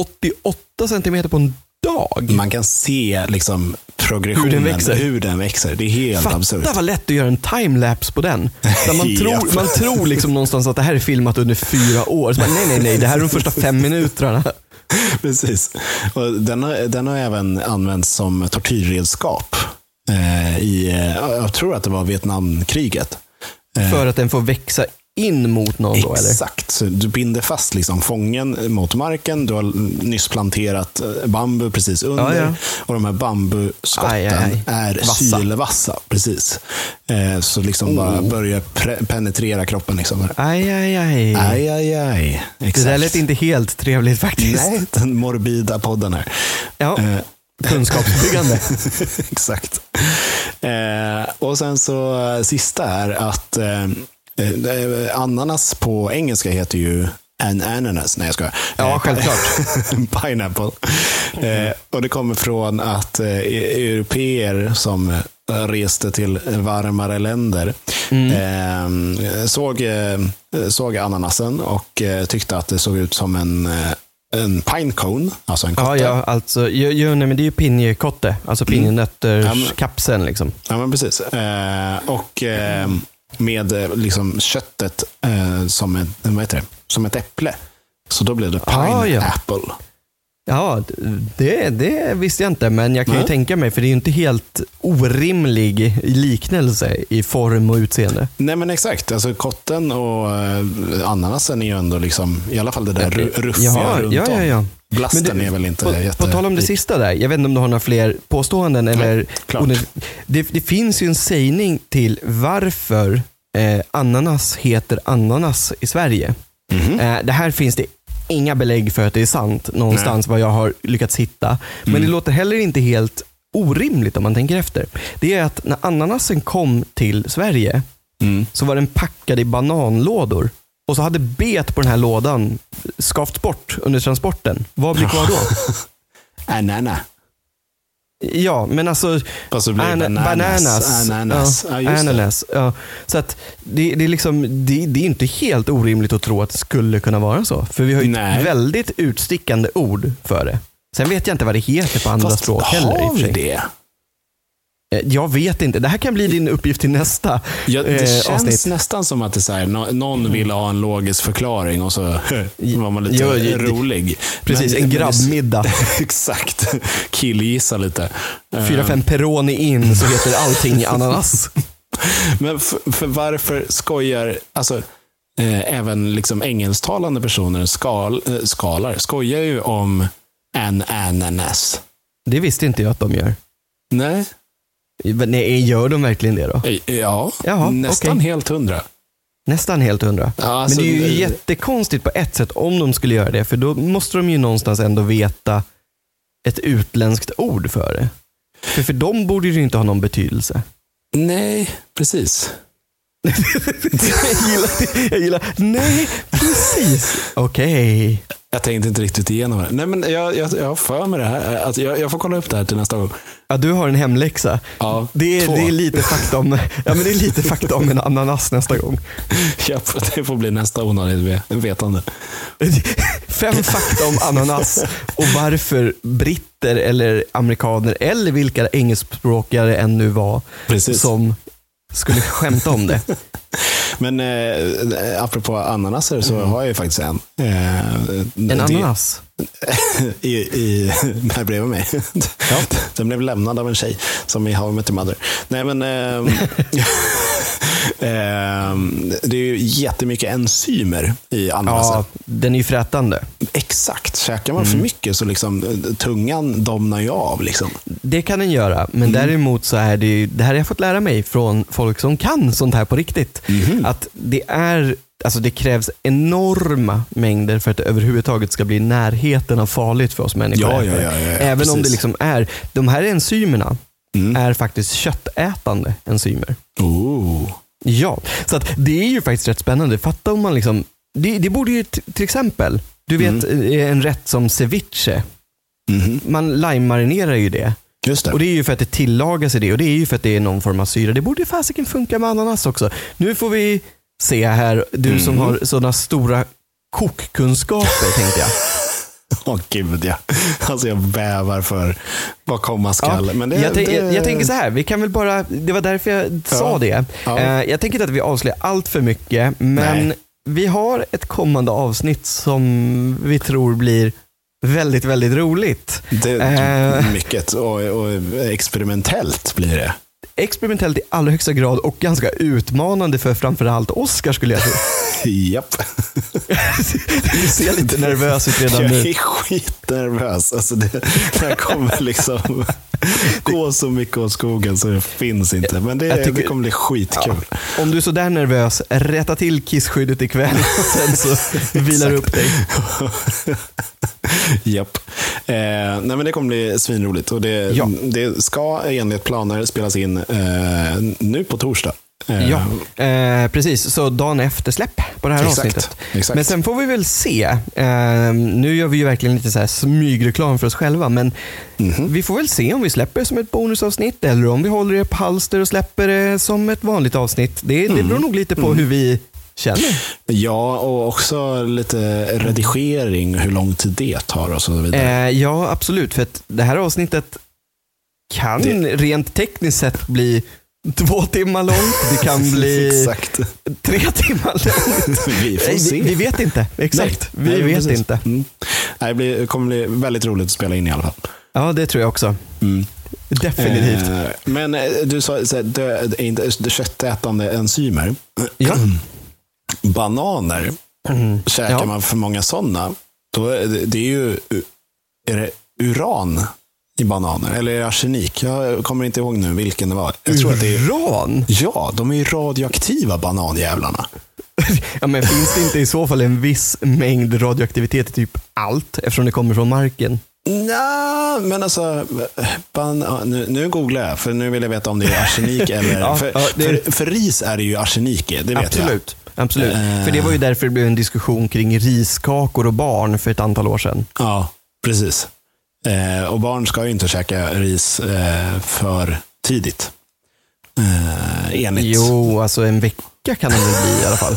[SPEAKER 1] 88 centimeter på en dag?
[SPEAKER 2] Man kan se liksom progressionen.
[SPEAKER 1] Hur den växer.
[SPEAKER 2] Hur den växer. Det är helt absurt.
[SPEAKER 1] Fatta vad lätt det gör en timelapse på den. Där man,
[SPEAKER 2] Japp.
[SPEAKER 1] tror, man tror liksom någonstans att det här är filmat under fyra år. Så bara, nej, nej, nej, det här är de första fem minuterna.
[SPEAKER 2] Precis. Och den, har, den har även använts som tortyrredskap. Eh, i, eh, jag tror att det var Vietnamkriget.
[SPEAKER 1] För att den får växa in mot någon då, eller?
[SPEAKER 2] Exakt. Så du binder fast liksom fången mot marken. Du har nyss planterat eh, bambu precis under.
[SPEAKER 1] Ja, ja.
[SPEAKER 2] Och de här bambuskotten
[SPEAKER 1] Aj, aj, aj.
[SPEAKER 2] är
[SPEAKER 1] Vassa. Oh.
[SPEAKER 2] sylvassa. Precis. Eh, så liksom bara börjar pre- penetrera kroppen. Liksom.
[SPEAKER 1] Aj, aj, aj.
[SPEAKER 2] Aj, aj, aj.
[SPEAKER 1] det
[SPEAKER 2] Exakt.
[SPEAKER 1] där lät inte helt trevligt faktiskt.
[SPEAKER 2] Nej, den morbida podden här.
[SPEAKER 1] Ja,
[SPEAKER 2] Eh,
[SPEAKER 1] kunskapsbyggande.
[SPEAKER 2] Exakt. Eh, och sen så eh, sista är att eh, eh, ananas på engelska heter ju an ananas. Nej, jag skojar.
[SPEAKER 1] Ja,
[SPEAKER 2] Eh,
[SPEAKER 1] självklart.
[SPEAKER 2] Pineapple. Eh, och det kommer från att eh, e- europeer som eh, reste till varmare länder
[SPEAKER 1] Mm.
[SPEAKER 2] eh, såg, eh, såg ananasen och eh, tyckte att det såg ut som en, eh, en pinecone, alltså en kotte.
[SPEAKER 1] Ja, ja, alltså, jo, jo, nej, men det är ju pinjekotte. Alltså
[SPEAKER 2] Ja, men-
[SPEAKER 1] pinjenötterskapseln liksom.
[SPEAKER 2] Ja, men precis. Eh, och eh, med eh, liksom köttet eh, som, en, vad heter det? som ett äpple. Så då blev det
[SPEAKER 1] Ah, ja.
[SPEAKER 2] pineapple.
[SPEAKER 1] Ja, det, det visste jag inte, men jag kan ju
[SPEAKER 2] Nej.
[SPEAKER 1] tänka mig, för det är ju inte helt orimlig liknelse i form och utseende.
[SPEAKER 2] Nej, men exakt. Alltså kotten och eh, ananasen är ju ändå, liksom, i alla fall det där ru- ruffiga
[SPEAKER 1] Ja,
[SPEAKER 2] runt
[SPEAKER 1] ja, ja, ja.
[SPEAKER 2] om. Blasten
[SPEAKER 1] Men du,
[SPEAKER 2] är väl inte
[SPEAKER 1] På,
[SPEAKER 2] jätte...
[SPEAKER 1] på tal om det sista där, jag vet inte om du har några fler påståenden? Eller,
[SPEAKER 2] klart.
[SPEAKER 1] onö- det, det finns ju en sägning till varför eh, ananas heter ananas i Sverige.
[SPEAKER 2] Mhm.
[SPEAKER 1] Eh, det här finns det inga belägg för att det är sant någonstans vad jag har lyckats hitta. Men
[SPEAKER 2] Mm.
[SPEAKER 1] det låter heller inte helt orimligt om man tänker efter. Det är att när ananasen kom till Sverige
[SPEAKER 2] Mm.
[SPEAKER 1] så var den packad i bananlådor. Och så hade bet på den här lådan skavts bort under transporten. Vad blir kvar då?
[SPEAKER 2] Anana.
[SPEAKER 1] Ja, men alltså
[SPEAKER 2] Fast det blir
[SPEAKER 1] an-
[SPEAKER 2] bananas.
[SPEAKER 1] bananas.
[SPEAKER 2] Ananas.
[SPEAKER 1] Ja,
[SPEAKER 2] Ja, just det.
[SPEAKER 1] ananas. Ja. Så att det, det, är liksom, det, det är inte helt orimligt att tro att det skulle kunna vara så. För vi har ju
[SPEAKER 2] Nej.
[SPEAKER 1] ett väldigt utstickande ord för det. Sen vet jag inte vad det heter på andra
[SPEAKER 2] Fast
[SPEAKER 1] språk heller. i och
[SPEAKER 2] har
[SPEAKER 1] för sig.
[SPEAKER 2] vi det?
[SPEAKER 1] Eh, Jag vet inte. Det här kan bli din uppgift till nästa
[SPEAKER 2] Ja, det
[SPEAKER 1] eh,
[SPEAKER 2] känns
[SPEAKER 1] avsnitt. Mm.
[SPEAKER 2] nästan som att det är så här, nå- någon vill ha en logisk förklaring och så var man lite
[SPEAKER 1] Jo, jo, det-
[SPEAKER 2] rolig.
[SPEAKER 1] Precis,
[SPEAKER 2] Men-
[SPEAKER 1] en
[SPEAKER 2] men-
[SPEAKER 1] grabbmiddag.
[SPEAKER 2] Exakt. Killgissa lite. Eh,
[SPEAKER 1] Fyra, fem peroni in så heter allting ananas.
[SPEAKER 2] Men för, för varför skojar, alltså, eh, även liksom engelsktalande personer skal, eh, skalar, skojar ju om en ananas.
[SPEAKER 1] Det visste inte jag att de gör.
[SPEAKER 2] Nej,
[SPEAKER 1] Men Nej, gör de verkligen det då?
[SPEAKER 2] Eh, ja,
[SPEAKER 1] Jaha,
[SPEAKER 2] nästan
[SPEAKER 1] okej.
[SPEAKER 2] helt hundra.
[SPEAKER 1] Nästan helt hundra.
[SPEAKER 2] Ja, alltså,
[SPEAKER 1] Men det är ju
[SPEAKER 2] eh,
[SPEAKER 1] jättekonstigt på ett sätt om de skulle göra det, för då måste de ju någonstans ändå veta ett utländskt ord för det. För, för dem borde det ju inte ha någon betydelse.
[SPEAKER 2] Nej, precis.
[SPEAKER 1] jag, gillar, jag gillar, nej, precis. Okej.
[SPEAKER 2] Jag tänkte inte riktigt igenom det. Nej, men jag, jag, jag har för mig det här. Att jag, jag får kolla upp det här till nästa gång.
[SPEAKER 1] Ja, du har en hemläxa.
[SPEAKER 2] Ja,
[SPEAKER 1] Det är,
[SPEAKER 2] två.
[SPEAKER 1] det, är lite fakta om, ja, men det är lite fakta om en ananas nästa gång.
[SPEAKER 2] Japp, det får bli nästa onödigt ve- vetande.
[SPEAKER 1] Fem fakta om ananas och varför britter eller amerikaner eller vilka engelskspråkiga det än nu var
[SPEAKER 2] Precis.
[SPEAKER 1] som skulle skämta om det.
[SPEAKER 2] Men eh, apropå ananaser så har jag ju faktiskt en. Eh,
[SPEAKER 1] Mm. En ananas.
[SPEAKER 2] I, i, här bredvid mig. Den blev lämnad av en tjej som i How I Met Your Mother. Nej, men, ehm, ehm, det är ju jättemycket enzymer i ananasen.
[SPEAKER 1] Ja, den är ju frätande.
[SPEAKER 2] Exakt. Käkar man för
[SPEAKER 1] Mm.
[SPEAKER 2] mycket så liksom, eh, tungan domnar ju av. Liksom.
[SPEAKER 1] Det kan den göra, men
[SPEAKER 2] Mm.
[SPEAKER 1] däremot så är det ju, det här har jag fått lära mig från folk som kan sånt här på riktigt.
[SPEAKER 2] Mhm.
[SPEAKER 1] Att det är, alltså det krävs enorma mängder för att det överhuvudtaget ska bli i närheten av farligt för oss människor.
[SPEAKER 2] Ja, ja, ja, ja, ja,
[SPEAKER 1] Även om det
[SPEAKER 2] precis. Mm.
[SPEAKER 1] liksom är, de här enzymerna är faktiskt köttätande enzymer.
[SPEAKER 2] Oh.
[SPEAKER 1] Ja, så att det är ju faktiskt rätt spännande. Fatta om man liksom, det, det borde ju t- till exempel, du vet eh, en rätt som ceviche,
[SPEAKER 2] Mhm.
[SPEAKER 1] man lime-marinerar ju det.
[SPEAKER 2] Just det.
[SPEAKER 1] Och det är ju för att det tillagas i det och det är ju för att det är någon form av syra. Det borde ju fasiken funka med ananas också. Nu får vi se här, du som har sådana stora kokkunskaper tänkte jag.
[SPEAKER 2] Åh gud ja. Alltså jag bävar för vad komma skall.
[SPEAKER 1] Ja,
[SPEAKER 2] Men det,
[SPEAKER 1] jag, tänk-
[SPEAKER 2] det,
[SPEAKER 1] jag, jag tänker så här, vi kan väl bara, det var därför jag sa det.
[SPEAKER 2] Ja.
[SPEAKER 1] Eh, jag tänker inte att vi avslöjar allt för mycket, men
[SPEAKER 2] Nej.
[SPEAKER 1] vi har ett kommande avsnitt som vi tror blir väldigt, väldigt roligt.
[SPEAKER 2] det,
[SPEAKER 1] Eh.
[SPEAKER 2] Mycket och, och experimentellt blir det.
[SPEAKER 1] Experimentellt i allra högsta grad och ganska utmanande för framförallt Oscar skulle jag tro.
[SPEAKER 2] Japp.
[SPEAKER 1] Du ser lite nervös ut redan
[SPEAKER 2] Jag
[SPEAKER 1] nu.
[SPEAKER 2] är skitnervös. Alltså det, det här kommer liksom gå så mycket åt skogen så det finns inte. Men det,
[SPEAKER 1] Jag tycker-
[SPEAKER 2] det kommer bli skitkul.
[SPEAKER 1] Om du är sådär nervös, rätta till kisskyddet ikväll och sen så vilar du upp dig.
[SPEAKER 2] Japp. Eh, nej men det kommer bli svinroligt. Och det,
[SPEAKER 1] Ja.
[SPEAKER 2] det ska enligt planer spelas in eh, nu på torsdag. Eh,
[SPEAKER 1] Ja, eh, precis. Så dagen efter släpp på det här
[SPEAKER 2] Exakt,
[SPEAKER 1] avsnittet.
[SPEAKER 2] exakt.
[SPEAKER 1] Men sen får vi väl se. Eh, nu gör vi ju verkligen lite så här smygreklam för oss själva, men
[SPEAKER 2] Mhm.
[SPEAKER 1] vi får väl se om vi släpper som ett bonusavsnitt eller om vi håller det på halster och släpper det som ett vanligt avsnitt. Det,
[SPEAKER 2] Mm.
[SPEAKER 1] det beror nog lite på hur vi känner.
[SPEAKER 2] ja, och också lite redigering, hur lång tid det tar och så vidare.
[SPEAKER 1] Eh, ja, absolut. För att det här avsnittet kan
[SPEAKER 2] Det-
[SPEAKER 1] rent tekniskt sett bli två timmar långt. Det kan bli
[SPEAKER 2] Exakt.
[SPEAKER 1] tre timmar långt.
[SPEAKER 2] Vi får
[SPEAKER 1] Nej,
[SPEAKER 2] se.
[SPEAKER 1] vi, vi vet inte. Exakt.
[SPEAKER 2] Nej,
[SPEAKER 1] vi
[SPEAKER 2] nej,
[SPEAKER 1] vet
[SPEAKER 2] precis.
[SPEAKER 1] inte.
[SPEAKER 2] Mm. Nej, det blir, kommer bli väldigt roligt att spela in i alla fall.
[SPEAKER 1] Ja, det tror jag också.
[SPEAKER 2] Mm.
[SPEAKER 1] Definitivt.
[SPEAKER 2] Eh, men eh, du sa så här, död, är inte det köttätande enzymer.
[SPEAKER 1] Ja.
[SPEAKER 2] Bananer, käkar
[SPEAKER 1] Ja.
[SPEAKER 2] man för många sådana, då är det, det är ju är det uran i bananer. Eller är det arsenik? Jag kommer inte ihåg nu vilken det var. Jag tror att det är,
[SPEAKER 1] Uran?
[SPEAKER 2] ja, de är ju radioaktiva bananjävlarna.
[SPEAKER 1] Ja, men finns det inte i så fall en viss mängd radioaktivitet i typ allt eftersom det kommer från marken?
[SPEAKER 2] Nja, men alltså, ban- ja, nu, nu googlar jag, för nu vill jag veta om det är arsenik eller...
[SPEAKER 1] Ja,
[SPEAKER 2] för,
[SPEAKER 1] ja, det är-
[SPEAKER 2] för, för ris är det ju arsenik i, det vet jag.
[SPEAKER 1] Absolut. Absolut.
[SPEAKER 2] Eh.
[SPEAKER 1] För det var ju därför det blev en diskussion kring riskakor och barn för ett antal år sedan.
[SPEAKER 2] Ja, precis. Eh, och barn ska ju inte käka ris eh, för tidigt. Eh, enligt...
[SPEAKER 1] Jo, alltså en vecka kan det väl bli i alla fall.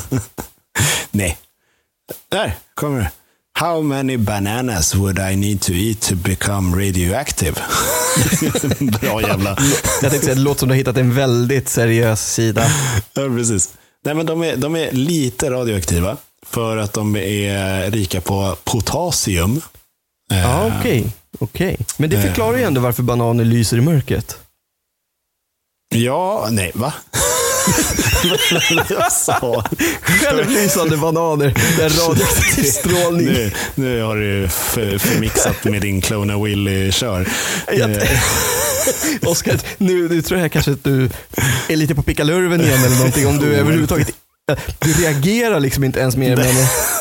[SPEAKER 2] Nej. Där kommer det. How many bananas would I need to eat to become radioactive? Bra jävla...
[SPEAKER 1] Jag tänkte säga, det låter som du har hittat en väldigt seriös sida.
[SPEAKER 2] Ja, precis. Nej, men de, är, de är lite radioaktiva för att de är rika på potassium.
[SPEAKER 1] Ja, okej. okej. Men det förklarar ju
[SPEAKER 2] Eh.
[SPEAKER 1] ändå varför bananer lyser i mörkret.
[SPEAKER 2] Ja, nej, va? Jag sa...
[SPEAKER 1] Självlysande bananer där radioaktiv strålning.
[SPEAKER 2] Nu, nu har du för, förmixat med din Clona Willy-kör. Eh,
[SPEAKER 1] Jag t- Oskar, nu, nu tror jag kanske att du är lite på pickalurven igen eller någonting. Om du överhuvudtaget... Du reagerar liksom inte ens mer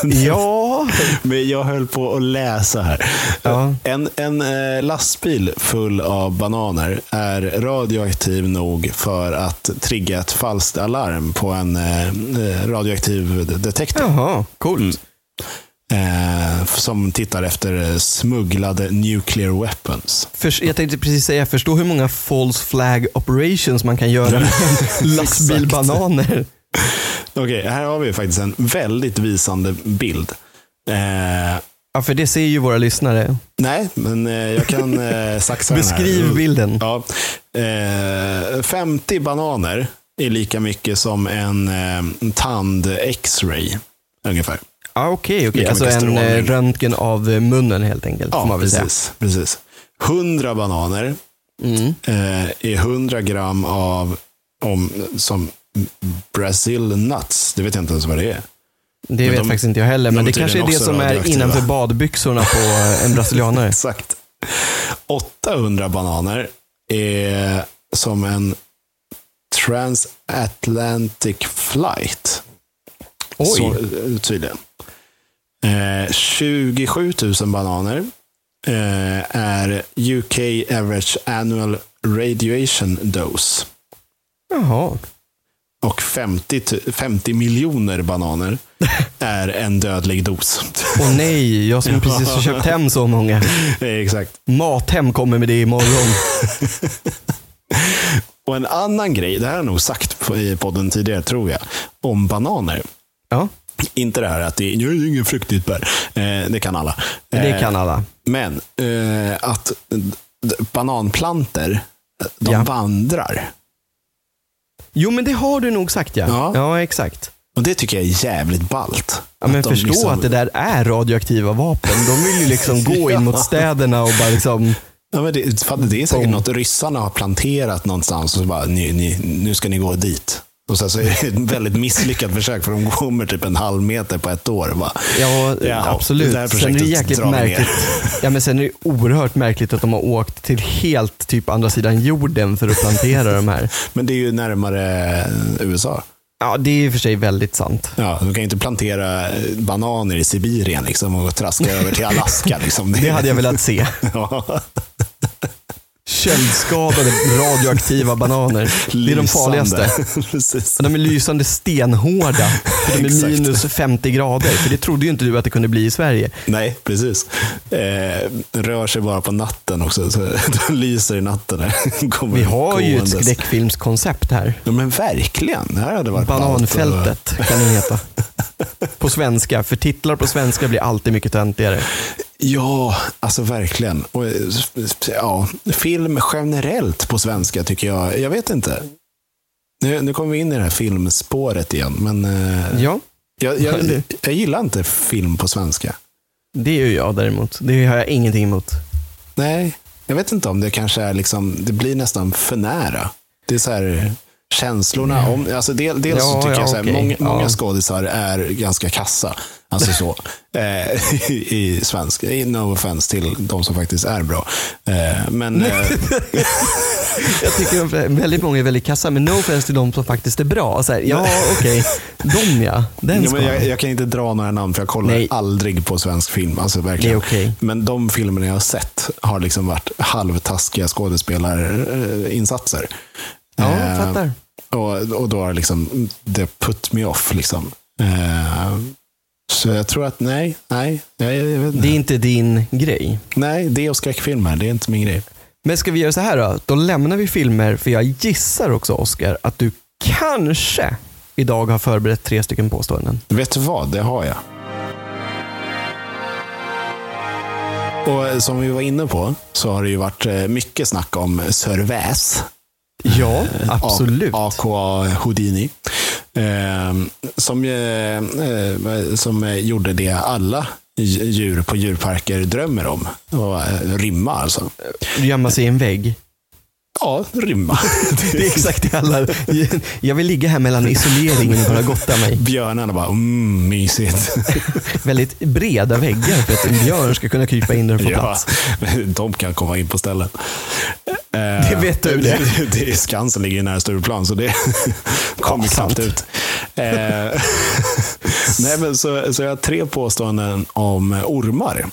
[SPEAKER 1] men... Ja.
[SPEAKER 2] Men jag höll på att läsa här.
[SPEAKER 1] Ja.
[SPEAKER 2] En, en eh, lastbil full av bananer är radioaktiv nog för att trigga ett falskt alarm på en eh, eh, radioaktiv detektor.
[SPEAKER 1] Jaha,
[SPEAKER 2] Mm.
[SPEAKER 1] coolt.
[SPEAKER 2] Eh, som tittar efter eh, smugglade nuclear weapons.
[SPEAKER 1] Förs- jag tänkte precis säga, förstå hur många false flag operations man kan göra med lastbilbananer.
[SPEAKER 2] Okej, här har vi faktiskt en väldigt visande bild. Eh,
[SPEAKER 1] Ja, för det ser ju våra lyssnare.
[SPEAKER 2] nej, men eh, jag kan eh, saxa den här.
[SPEAKER 1] Beskriv bilden.
[SPEAKER 2] Ja. Eh, 50 bananer är lika mycket som en eh, tand-x-ray. Ungefär.
[SPEAKER 1] Ja, okej, okej.
[SPEAKER 2] Lika
[SPEAKER 1] Alltså
[SPEAKER 2] mycket
[SPEAKER 1] en eh,
[SPEAKER 2] strålning.
[SPEAKER 1] röntgen av eh, munnen helt enkelt. får man väl säga.
[SPEAKER 2] precis, precis. 100 bananer
[SPEAKER 1] Mm.
[SPEAKER 2] eh, är 100 gram av om, som Brazil nuts. Det vet jag inte ens vad det är.
[SPEAKER 1] Det vet
[SPEAKER 2] de-
[SPEAKER 1] faktiskt inte jag heller,
[SPEAKER 2] de
[SPEAKER 1] men det
[SPEAKER 2] är
[SPEAKER 1] kanske är
[SPEAKER 2] tydligen
[SPEAKER 1] det
[SPEAKER 2] också
[SPEAKER 1] som är
[SPEAKER 2] radioaktiva.
[SPEAKER 1] innanför badbyxorna på eh, en brasilianare.
[SPEAKER 2] Exakt. 800 bananer är som en transatlantic flight.
[SPEAKER 1] Oj.
[SPEAKER 2] Så, eh, tydligen. Eh, 27 000 bananer eh, är UK average annual radiation dose.
[SPEAKER 1] Jaha.
[SPEAKER 2] Och 50, tu- 50 miljoner bananer är en dödlig dos.
[SPEAKER 1] Åh nej, jag som precis har köpt hem så många.
[SPEAKER 2] Eh, Exakt.
[SPEAKER 1] Mathem kommer med det imorgon.
[SPEAKER 2] Och en annan grej, det här har jag nog sagt på- i podden tidigare tror jag, om bananer.
[SPEAKER 1] Ja.
[SPEAKER 2] Inte det här att det är, "Jag är ingen frukt i ett bär. Eh, det kan alla.
[SPEAKER 1] Det
[SPEAKER 2] Eh,
[SPEAKER 1] kan alla.
[SPEAKER 2] Men eh, att d- bananplanter de
[SPEAKER 1] Ja.
[SPEAKER 2] vandrar.
[SPEAKER 1] Jo, men det har du nog sagt ja.
[SPEAKER 2] Ja.
[SPEAKER 1] ja exakt.
[SPEAKER 2] Och det tycker jag är jävligt ballt.
[SPEAKER 1] Ja, men
[SPEAKER 2] de
[SPEAKER 1] förstå
[SPEAKER 2] liksom-
[SPEAKER 1] att det där är radioaktiva vapen. De vill ju liksom gå in mot städerna och bara liksom...
[SPEAKER 2] Ja, men det, fan, det är säkert
[SPEAKER 1] Boom.
[SPEAKER 2] något ryssarna har planterat någonstans och så bara, ni, ni, nu ska ni gå dit. Och sen så är det ett väldigt misslyckat försök för de kommer typ en halv meter på ett år. och Bara,
[SPEAKER 1] Ja,
[SPEAKER 2] Ja,
[SPEAKER 1] absolut.
[SPEAKER 2] det här
[SPEAKER 1] sen är det
[SPEAKER 2] projektet
[SPEAKER 1] jäkligt
[SPEAKER 2] drar vi ner.
[SPEAKER 1] märkligt. Ja, men sen är det oerhört märkligt att de har åkt till helt typ andra sidan jorden för att plantera de här.
[SPEAKER 2] Men det är ju närmare USA.
[SPEAKER 1] Ja, det är i och för sig väldigt sant.
[SPEAKER 2] Ja, du kan ju inte plantera bananer i Sibirien liksom, och traska över till Alaska. Liksom.
[SPEAKER 1] Det hade jag velat se.
[SPEAKER 2] Ja.
[SPEAKER 1] Köldskadade radioaktiva bananer. Det är de
[SPEAKER 2] Lysande.
[SPEAKER 1] farligaste.
[SPEAKER 2] Precis.
[SPEAKER 1] Och De är lysande stenhårda. För de är
[SPEAKER 2] Exakt.
[SPEAKER 1] minus 50 grader. För det trodde ju inte du att det kunde bli i Sverige.
[SPEAKER 2] Nej, precis. Eh, rör sig bara på natten också. Så de lyser i natten. här. Kommer
[SPEAKER 1] Vi har ju ett
[SPEAKER 2] gåendes.
[SPEAKER 1] skräckfilmskoncept här.
[SPEAKER 2] Ja, men verkligen. Det här hade varit eh, ballt.
[SPEAKER 1] Bananfältet kan den heta. På svenska, för titlar på svenska blir alltid mycket töntigare.
[SPEAKER 2] Ja, alltså verkligen. Och, eh, ja, film generellt på svenska tycker jag. Jag vet inte. Nu, nu kommer vi in i det här filmspåret igen. Men eh,
[SPEAKER 1] Ja,
[SPEAKER 2] jag, jag, jag gillar inte film på svenska.
[SPEAKER 1] det är ju jag däremot. Det har jag ingenting emot.
[SPEAKER 2] Nej, jag vet inte om det kanske är liksom, det blir nästan för nära. Det är så här känslorna om, alltså del, dels
[SPEAKER 1] Ja,
[SPEAKER 2] så tycker
[SPEAKER 1] ja,
[SPEAKER 2] jag så här,
[SPEAKER 1] okej.
[SPEAKER 2] många,
[SPEAKER 1] Ja.
[SPEAKER 2] många skådisar är ganska kassa. Alltså så, eh, i, i svensk, I no offense till de som faktiskt är bra. Eh, men eh,
[SPEAKER 1] Jag tycker att väldigt många är väldigt kassa, men no offense till de som faktiskt är bra. Så här, ja, okej. De ja, den
[SPEAKER 2] Ja,
[SPEAKER 1] ska
[SPEAKER 2] men jag,
[SPEAKER 1] man.
[SPEAKER 2] jag kan inte dra några namn för jag kollar
[SPEAKER 1] Nej.
[SPEAKER 2] aldrig på svensk film. Alltså, verkligen.
[SPEAKER 1] Det är okej.
[SPEAKER 2] Men de filmerna jag har sett har liksom varit halvtaskiga skådespelarinsatser.
[SPEAKER 1] Ja, jag
[SPEAKER 2] Eh,
[SPEAKER 1] fattar.
[SPEAKER 2] Och, och då har liksom, det put me off. Liksom. Eh, så jag tror att nej, nej, nej, jag vet
[SPEAKER 1] Det
[SPEAKER 2] inte.
[SPEAKER 1] är inte din grej.
[SPEAKER 2] nej, det och skräckfilmer, det är inte min grej.
[SPEAKER 1] Men ska vi göra så här då? Då lämnar vi filmer, för jag gissar också Oscar att du kanske idag har förberett tre stycken påståenden.
[SPEAKER 2] Vet du vad? Det har jag. Och som vi var inne på så har det ju varit eh, mycket snack om Sörväs.
[SPEAKER 1] Ja, Eh, absolut.
[SPEAKER 2] A- AKA Houdini. Eh, som, eh, eh, som eh, gjorde det alla dj- djur på djurparker drömmer om. Och, eh, rymma alltså.
[SPEAKER 1] Gömma sig i en vägg.
[SPEAKER 2] Ja, rymma.
[SPEAKER 1] Det är exakt det alla... Jag vill ligga här mellan isoleringen och bara gotta mig.
[SPEAKER 2] Björnarna bara, mm, mysigt.
[SPEAKER 1] Väldigt breda väggar för att en björn ska kunna krypa in där och få plats.
[SPEAKER 2] de kan komma in på ställen. Eh,
[SPEAKER 1] Det vet du det.
[SPEAKER 2] det. det är Skansen ligger ju nära Stureplan, så det kommer
[SPEAKER 1] Ja, sant.
[SPEAKER 2] knappt ut. Eh, Nej, men så, så jag har tre påståenden om ormar.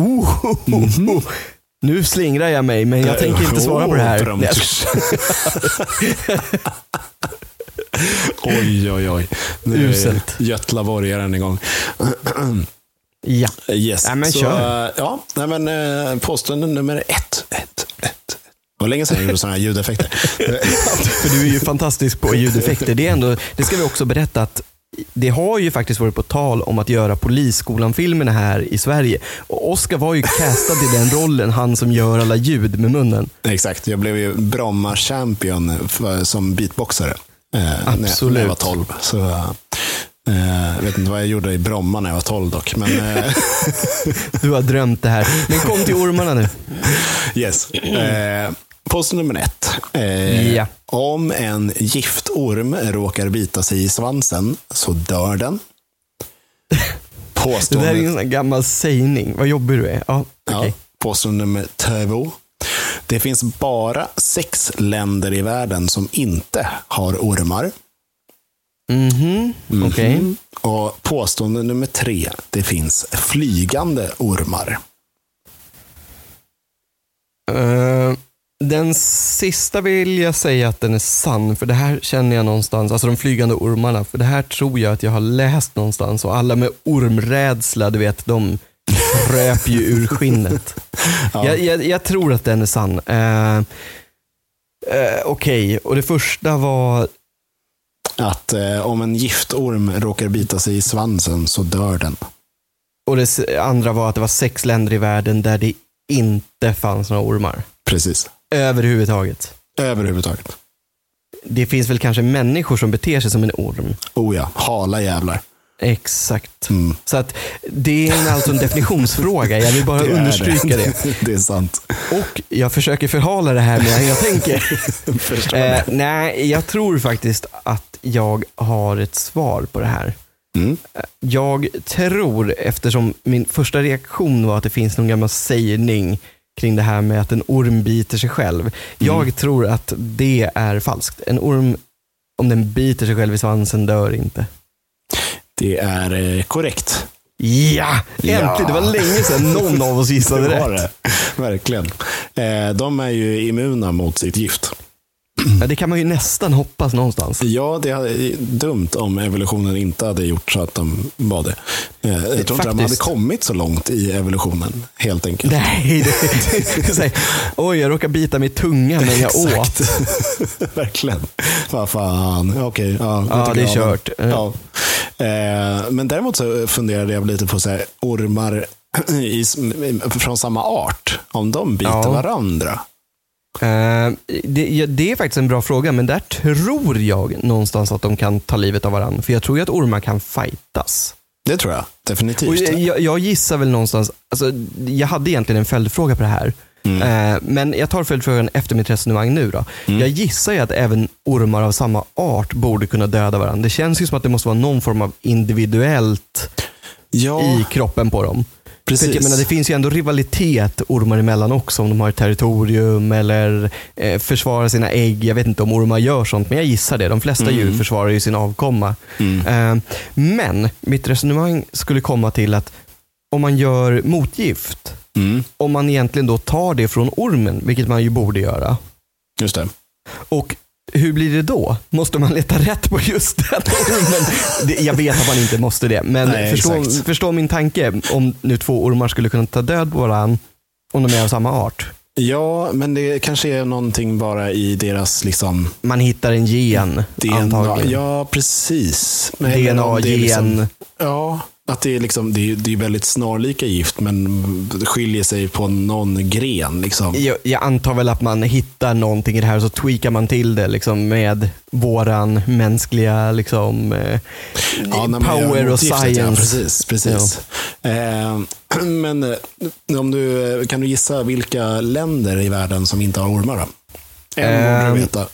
[SPEAKER 1] Oh, oh, oh, oh. Nu slingrar jag mig, men jag tänker
[SPEAKER 2] Eh,
[SPEAKER 1] inte svara på det
[SPEAKER 2] Åh,
[SPEAKER 1] här.
[SPEAKER 2] prömt. oj, oj, oj. Nu är
[SPEAKER 1] Uselt.
[SPEAKER 2] Götlaborgaren igång.
[SPEAKER 1] Ja.
[SPEAKER 2] Eh, Yes.
[SPEAKER 1] Ja, men
[SPEAKER 2] så,
[SPEAKER 1] kör.
[SPEAKER 2] eh, Ja, nej, men, eh, påstående nummer ett. ett, ett. Det var länge sedan jag gjorde sådana här ljudeffekter.
[SPEAKER 1] För du är ju fantastisk på ljudeffekter. Det, är ändå, det ska vi också berätta att det har ju faktiskt varit på tal om att göra Polisskolan-filmerna här i Sverige. Och Oscar var ju castad i den rollen, han som gör alla ljud med munnen.
[SPEAKER 2] Exakt, jag blev ju Bromma-champion för- som beatboxare. eh, När jag,
[SPEAKER 1] Absolut.
[SPEAKER 2] när jag var 12. Så, eh, jag vet inte vad jag gjorde i Bromma när jag var 12 dock. Men, eh,
[SPEAKER 1] Du har drömt det här. Men kom till ormarna nu.
[SPEAKER 2] Yes. Eh, post nummer ett. Eh,
[SPEAKER 1] Ja.
[SPEAKER 2] Om en giftorm råkar bita sig i svansen så dör den.
[SPEAKER 1] Det där är ju
[SPEAKER 2] Påstående,
[SPEAKER 1] en sån här gammal sägning. Vad jobbig du är. Ja,
[SPEAKER 2] ja,
[SPEAKER 1] okej.
[SPEAKER 2] påstående nummer två. Det finns bara sex länder i världen som inte har ormar.
[SPEAKER 1] Mhm, okej.
[SPEAKER 2] Mm. Och påstående nummer tre. Det finns flygande ormar.
[SPEAKER 1] Eh, den sista vill jag säga att den är sann, för det här känner jag någonstans, alltså de flygande ormarna, för det här tror jag att jag har läst någonstans och alla med ormrädsla, du vet, de kröp ju ur skinnet. jag, jag, jag tror att den är sann. Eh, eh, Okej, och det första var
[SPEAKER 2] Att eh, om en giftorm råkar bita sig i svansen så dör den.
[SPEAKER 1] Och det s- andra var att det var sex länder i världen där det inte fanns några ormar.
[SPEAKER 2] Precis.
[SPEAKER 1] Överhuvudtaget.
[SPEAKER 2] Överhuvudtaget.
[SPEAKER 1] Det finns väl kanske människor som beter sig som en orm.
[SPEAKER 2] Oh ja, hala jävlar.
[SPEAKER 1] Exakt.
[SPEAKER 2] Mm.
[SPEAKER 1] Så att det är en- alltså en definitionsfråga. Jag vill bara
[SPEAKER 2] Det är
[SPEAKER 1] understryka det.
[SPEAKER 2] det är sant.
[SPEAKER 1] Och jag försöker förhala det här med hur jag tänker.
[SPEAKER 2] Förstår
[SPEAKER 1] Eh,
[SPEAKER 2] det.
[SPEAKER 1] nej, jag tror faktiskt att jag har ett svar på det här. Eh,
[SPEAKER 2] Mm.
[SPEAKER 1] Jag tror, eftersom min första reaktion var att det finns någon gammal sägning kring det här med att en orm biter sig själv.
[SPEAKER 2] Mm.
[SPEAKER 1] Jag tror att det är falskt. En orm, om den biter sig själv i svansen, dör inte.
[SPEAKER 2] Det är eh, korrekt.
[SPEAKER 1] Ja! Äntligen!
[SPEAKER 2] Ja.
[SPEAKER 1] Det var länge sedan någon av oss gissade
[SPEAKER 2] Det
[SPEAKER 1] rätt.
[SPEAKER 2] var det. Verkligen. Eh, de är ju immuna mot sitt gift.
[SPEAKER 1] Ja, det kan man ju nästan hoppas någonstans.
[SPEAKER 2] Ja, det hade dumt om evolutionen inte hade gjort så att de var det. Eh, Jag tror inte de hade
[SPEAKER 1] Faktiskt.
[SPEAKER 2] kommit så långt i evolutionen, helt enkelt.
[SPEAKER 1] Nej, det, det, det, det, oj, jag råkar bita mig i tungan men jag åt.
[SPEAKER 2] Exakt. Verkligen. Vad fan. Okej. ja,
[SPEAKER 1] Ja,
[SPEAKER 2] lite
[SPEAKER 1] det är
[SPEAKER 2] glad.
[SPEAKER 1] kört.
[SPEAKER 2] Ja. Eh, Men däremot så funderade jag lite på så här, ormar i, från samma art. Om de biter
[SPEAKER 1] Ja.
[SPEAKER 2] varandra.
[SPEAKER 1] Eh, det, ja, det är faktiskt en bra fråga, men där tror jag någonstans att de kan ta livet av varandra. För jag tror ju att ormar kan fightas.
[SPEAKER 2] Det tror jag
[SPEAKER 1] Och
[SPEAKER 2] definitivt.
[SPEAKER 1] jag, jag gissar väl någonstans, alltså, jag hade egentligen en följdfråga på det här.
[SPEAKER 2] Mm.
[SPEAKER 1] Eh, men jag tar följdfrågan efter mitt resonemang nu. Då. Jag gissar ju att även ormar av samma art borde kunna döda varandra. Det känns ju som att det måste vara någon form av individuellt
[SPEAKER 2] ja,
[SPEAKER 1] i kroppen på dem.
[SPEAKER 2] precis.
[SPEAKER 1] För att jag menar, det finns ju ändå rivalitet ormar emellan också, om de har ett territorium eller eh, försvarar sina ägg. Jag vet inte om ormar gör sånt, men jag gissar det. De
[SPEAKER 2] Mm.
[SPEAKER 1] flesta djur försvarar ju sin avkomma. Eh, men mitt resonemang skulle komma till att om man gör motgift,
[SPEAKER 2] mm,
[SPEAKER 1] om man egentligen då tar det från ormen, vilket man ju borde göra.
[SPEAKER 2] just det.
[SPEAKER 1] Och hur blir det då? Måste man leta rätt på just den ormen? Det, jag vet att man inte måste det, men
[SPEAKER 2] Nej,
[SPEAKER 1] förstå,
[SPEAKER 2] exakt.
[SPEAKER 1] förstå min tanke om nu två ormar skulle kunna ta död på varandra om de är av samma art.
[SPEAKER 2] Ja, men det kanske är någonting bara i deras liksom
[SPEAKER 1] Man hittar en gen
[SPEAKER 2] DNA.
[SPEAKER 1] antagligen.
[SPEAKER 2] Ja, precis. Nej, men om
[SPEAKER 1] DNA,
[SPEAKER 2] det
[SPEAKER 1] gen.
[SPEAKER 2] är liksom- Ja, att det är, liksom, det, är, det är väldigt snarlika gift, men det skiljer sig på någon gren. Liksom.
[SPEAKER 1] Jag, jag antar väl att man hittar någonting i det här och så tweakar man till det liksom, med våran mänskliga liksom, eh,
[SPEAKER 2] Ja, när man gör
[SPEAKER 1] power och
[SPEAKER 2] motgiftet,
[SPEAKER 1] science.
[SPEAKER 2] Ja, precis, precis. Eh, men eh, om du, eh, kan du gissa vilka länder i världen som inte har ormar? Då? En borde
[SPEAKER 1] Ehm.
[SPEAKER 2] du veta.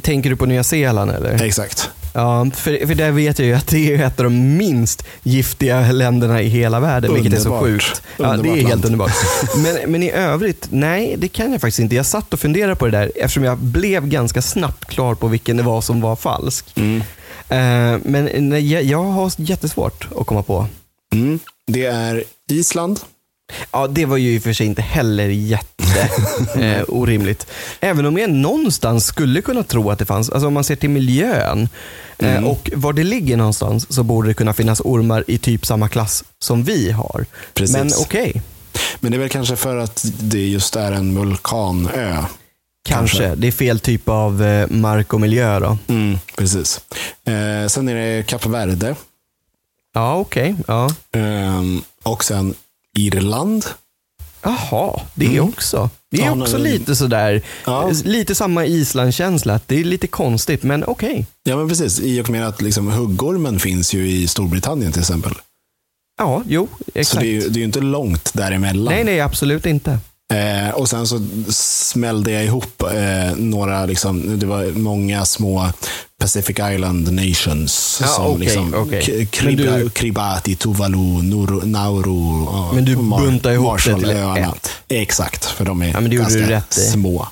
[SPEAKER 1] Tänker du på Nya Zeeland eller?
[SPEAKER 2] Exakt.
[SPEAKER 1] Ja, för, för där vet jag ju att det är ett av de minst giftiga länderna i hela världen, vilket är så
[SPEAKER 2] Underbart.
[SPEAKER 1] sjukt. Ja, det är
[SPEAKER 2] Underbart
[SPEAKER 1] helt
[SPEAKER 2] land.
[SPEAKER 1] underbart. Men, men i övrigt, nej, det kan jag faktiskt inte. Jag satt och funderade på det där eftersom jag blev ganska snabbt klar på vilken det var som var falsk.
[SPEAKER 2] Mm.
[SPEAKER 1] Eh, men nej, jag, jag har jättesvårt att komma på.
[SPEAKER 2] Mm. Det är Island.
[SPEAKER 1] Ja, det var ju i och för sig inte heller jätte eh, orimligt. Även om jag någonstans skulle kunna tro att det fanns, alltså om man ser till miljön eh,
[SPEAKER 2] Mm.
[SPEAKER 1] och var det ligger någonstans så borde det kunna finnas ormar i typ samma klass som vi har.
[SPEAKER 2] Precis.
[SPEAKER 1] Men okej,
[SPEAKER 2] Men det är väl kanske för att det just är en vulkanö.
[SPEAKER 1] kanske.
[SPEAKER 2] Kanske.
[SPEAKER 1] Det är fel typ av eh, mark och miljö då.
[SPEAKER 2] Precis. Eh, sen är det Kap Verde.
[SPEAKER 1] Ja, okej. Ja.
[SPEAKER 2] Ehm, och sen Irland.
[SPEAKER 1] Jaha, det också. Det är
[SPEAKER 2] Mm. Ja,
[SPEAKER 1] också
[SPEAKER 2] men-
[SPEAKER 1] lite sådär, eh,
[SPEAKER 2] Ja.
[SPEAKER 1] lite samma Island-känsla. att Det är lite konstigt, men okej.
[SPEAKER 2] Ja, men precis. I och med att liksom, huggormen finns ju i Storbritannien till exempel.
[SPEAKER 1] Ja, jo,
[SPEAKER 2] Så
[SPEAKER 1] exakt.
[SPEAKER 2] det är, ju, det är ju inte långt däremellan.
[SPEAKER 1] Nej, nej, absolut inte.
[SPEAKER 2] Eh, och sen så smällde jag ihop eh, några, liksom, det var många små Pacific Island nations.
[SPEAKER 1] Ja,
[SPEAKER 2] som
[SPEAKER 1] okej,
[SPEAKER 2] liksom,
[SPEAKER 1] okej.
[SPEAKER 2] K-
[SPEAKER 1] Men
[SPEAKER 2] Kriba,
[SPEAKER 1] du-
[SPEAKER 2] Kribati, Tuvalu, Nuru, Nauru. ja,
[SPEAKER 1] Men du
[SPEAKER 2] Mar-
[SPEAKER 1] buntar ihop det
[SPEAKER 2] Marshallöarna.
[SPEAKER 1] till ett.
[SPEAKER 2] Exakt, för de är
[SPEAKER 1] Ja, men det gjorde
[SPEAKER 2] ganska
[SPEAKER 1] du rätt i.
[SPEAKER 2] små.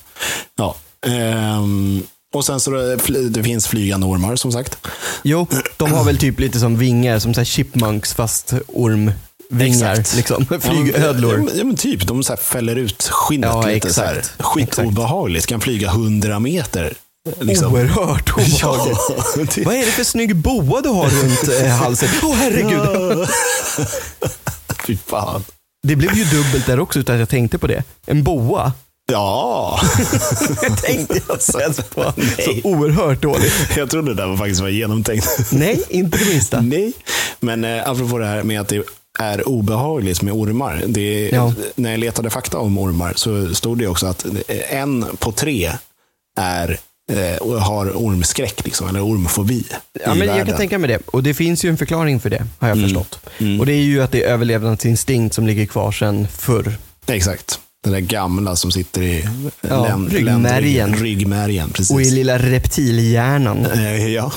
[SPEAKER 2] Ja. ehm, och sen så det, det finns flygande ormar som sagt.
[SPEAKER 1] Jo, de har väl typ lite som vingar, som så här chipmunks fast ormvingar. Liksom.
[SPEAKER 2] Ja,
[SPEAKER 1] Flygödlor.
[SPEAKER 2] men, ja, men typ. De så här fäller ut skinnet
[SPEAKER 1] Ja,
[SPEAKER 2] lite. Så här.
[SPEAKER 1] exakt.
[SPEAKER 2] Skitobehagligt. Kan flyga hundra meter. Liksom.
[SPEAKER 1] Oerhört obehagligt.
[SPEAKER 2] det-
[SPEAKER 1] Vad är det för snygg boa du har runt eh, halsen? Åh herregud.
[SPEAKER 2] Fy fan.
[SPEAKER 1] Det blev ju dubbelt där också utan att jag tänkte på det. En boa Ja, det tänkte jag sen på.
[SPEAKER 2] Nej.
[SPEAKER 1] Så oerhört dåligt.
[SPEAKER 2] Jag trodde det där faktiskt var genomtänkt.
[SPEAKER 1] Nej, inte det minsta.
[SPEAKER 2] Nej, men eh, apropå det här med att det är obehagligt med ormar. Det,
[SPEAKER 1] Ja.
[SPEAKER 2] När jag letade fakta om ormar så stod det också att eh, en på tre är, eh, har ormskräck, liksom, eller ormfobi
[SPEAKER 1] Ja, men jag
[SPEAKER 2] i världen. Mm.
[SPEAKER 1] kan tänka mig det. Och det finns ju en förklaring för det, har jag förstått. Och det är ju att det är överlevnadsinstinkt som ligger kvar sedan förr.
[SPEAKER 2] Exakt. Den där gamla som sitter i
[SPEAKER 1] Ja,
[SPEAKER 2] länd-
[SPEAKER 1] ryggmärgen.
[SPEAKER 2] ländryggen. ryggmärgen. Precis.
[SPEAKER 1] Och i lilla reptilhjärnan.
[SPEAKER 2] Eh, ja,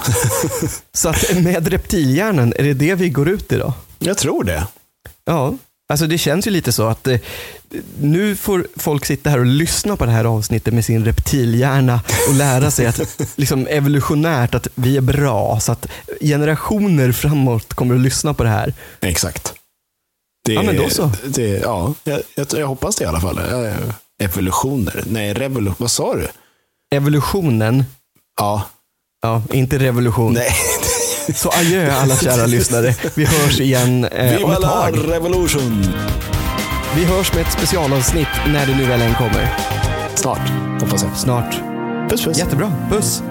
[SPEAKER 1] Så att med reptilhjärnan, är det det vi går ut idag?
[SPEAKER 2] jag tror det.
[SPEAKER 1] Ja, alltså det känns ju lite så att eh, nu får folk sitta här och lyssna på det här avsnittet med sin reptilhjärna och lära sig att liksom evolutionärt att vi är bra. Så att generationer framåt kommer att lyssna på det här.
[SPEAKER 2] Exakt. Det,
[SPEAKER 1] Ja, men då så.
[SPEAKER 2] Det, ja, jag, jag, jag hoppas det i alla fall. Eh, Evolutioner. Nej, revolution. Vad sa du?
[SPEAKER 1] Evolutionen,
[SPEAKER 2] Ja,
[SPEAKER 1] ja, inte revolution.
[SPEAKER 2] nej.
[SPEAKER 1] Så adjö alla kära lyssnare. Vi hörs igen eh, om ett tag.
[SPEAKER 2] revolution!
[SPEAKER 1] Vi hörs med ett specialavsnitt när det nu väl än kommer.
[SPEAKER 2] Snart, hoppas jag.
[SPEAKER 1] Snart.
[SPEAKER 2] Puss puss.
[SPEAKER 1] Jättebra. Puss.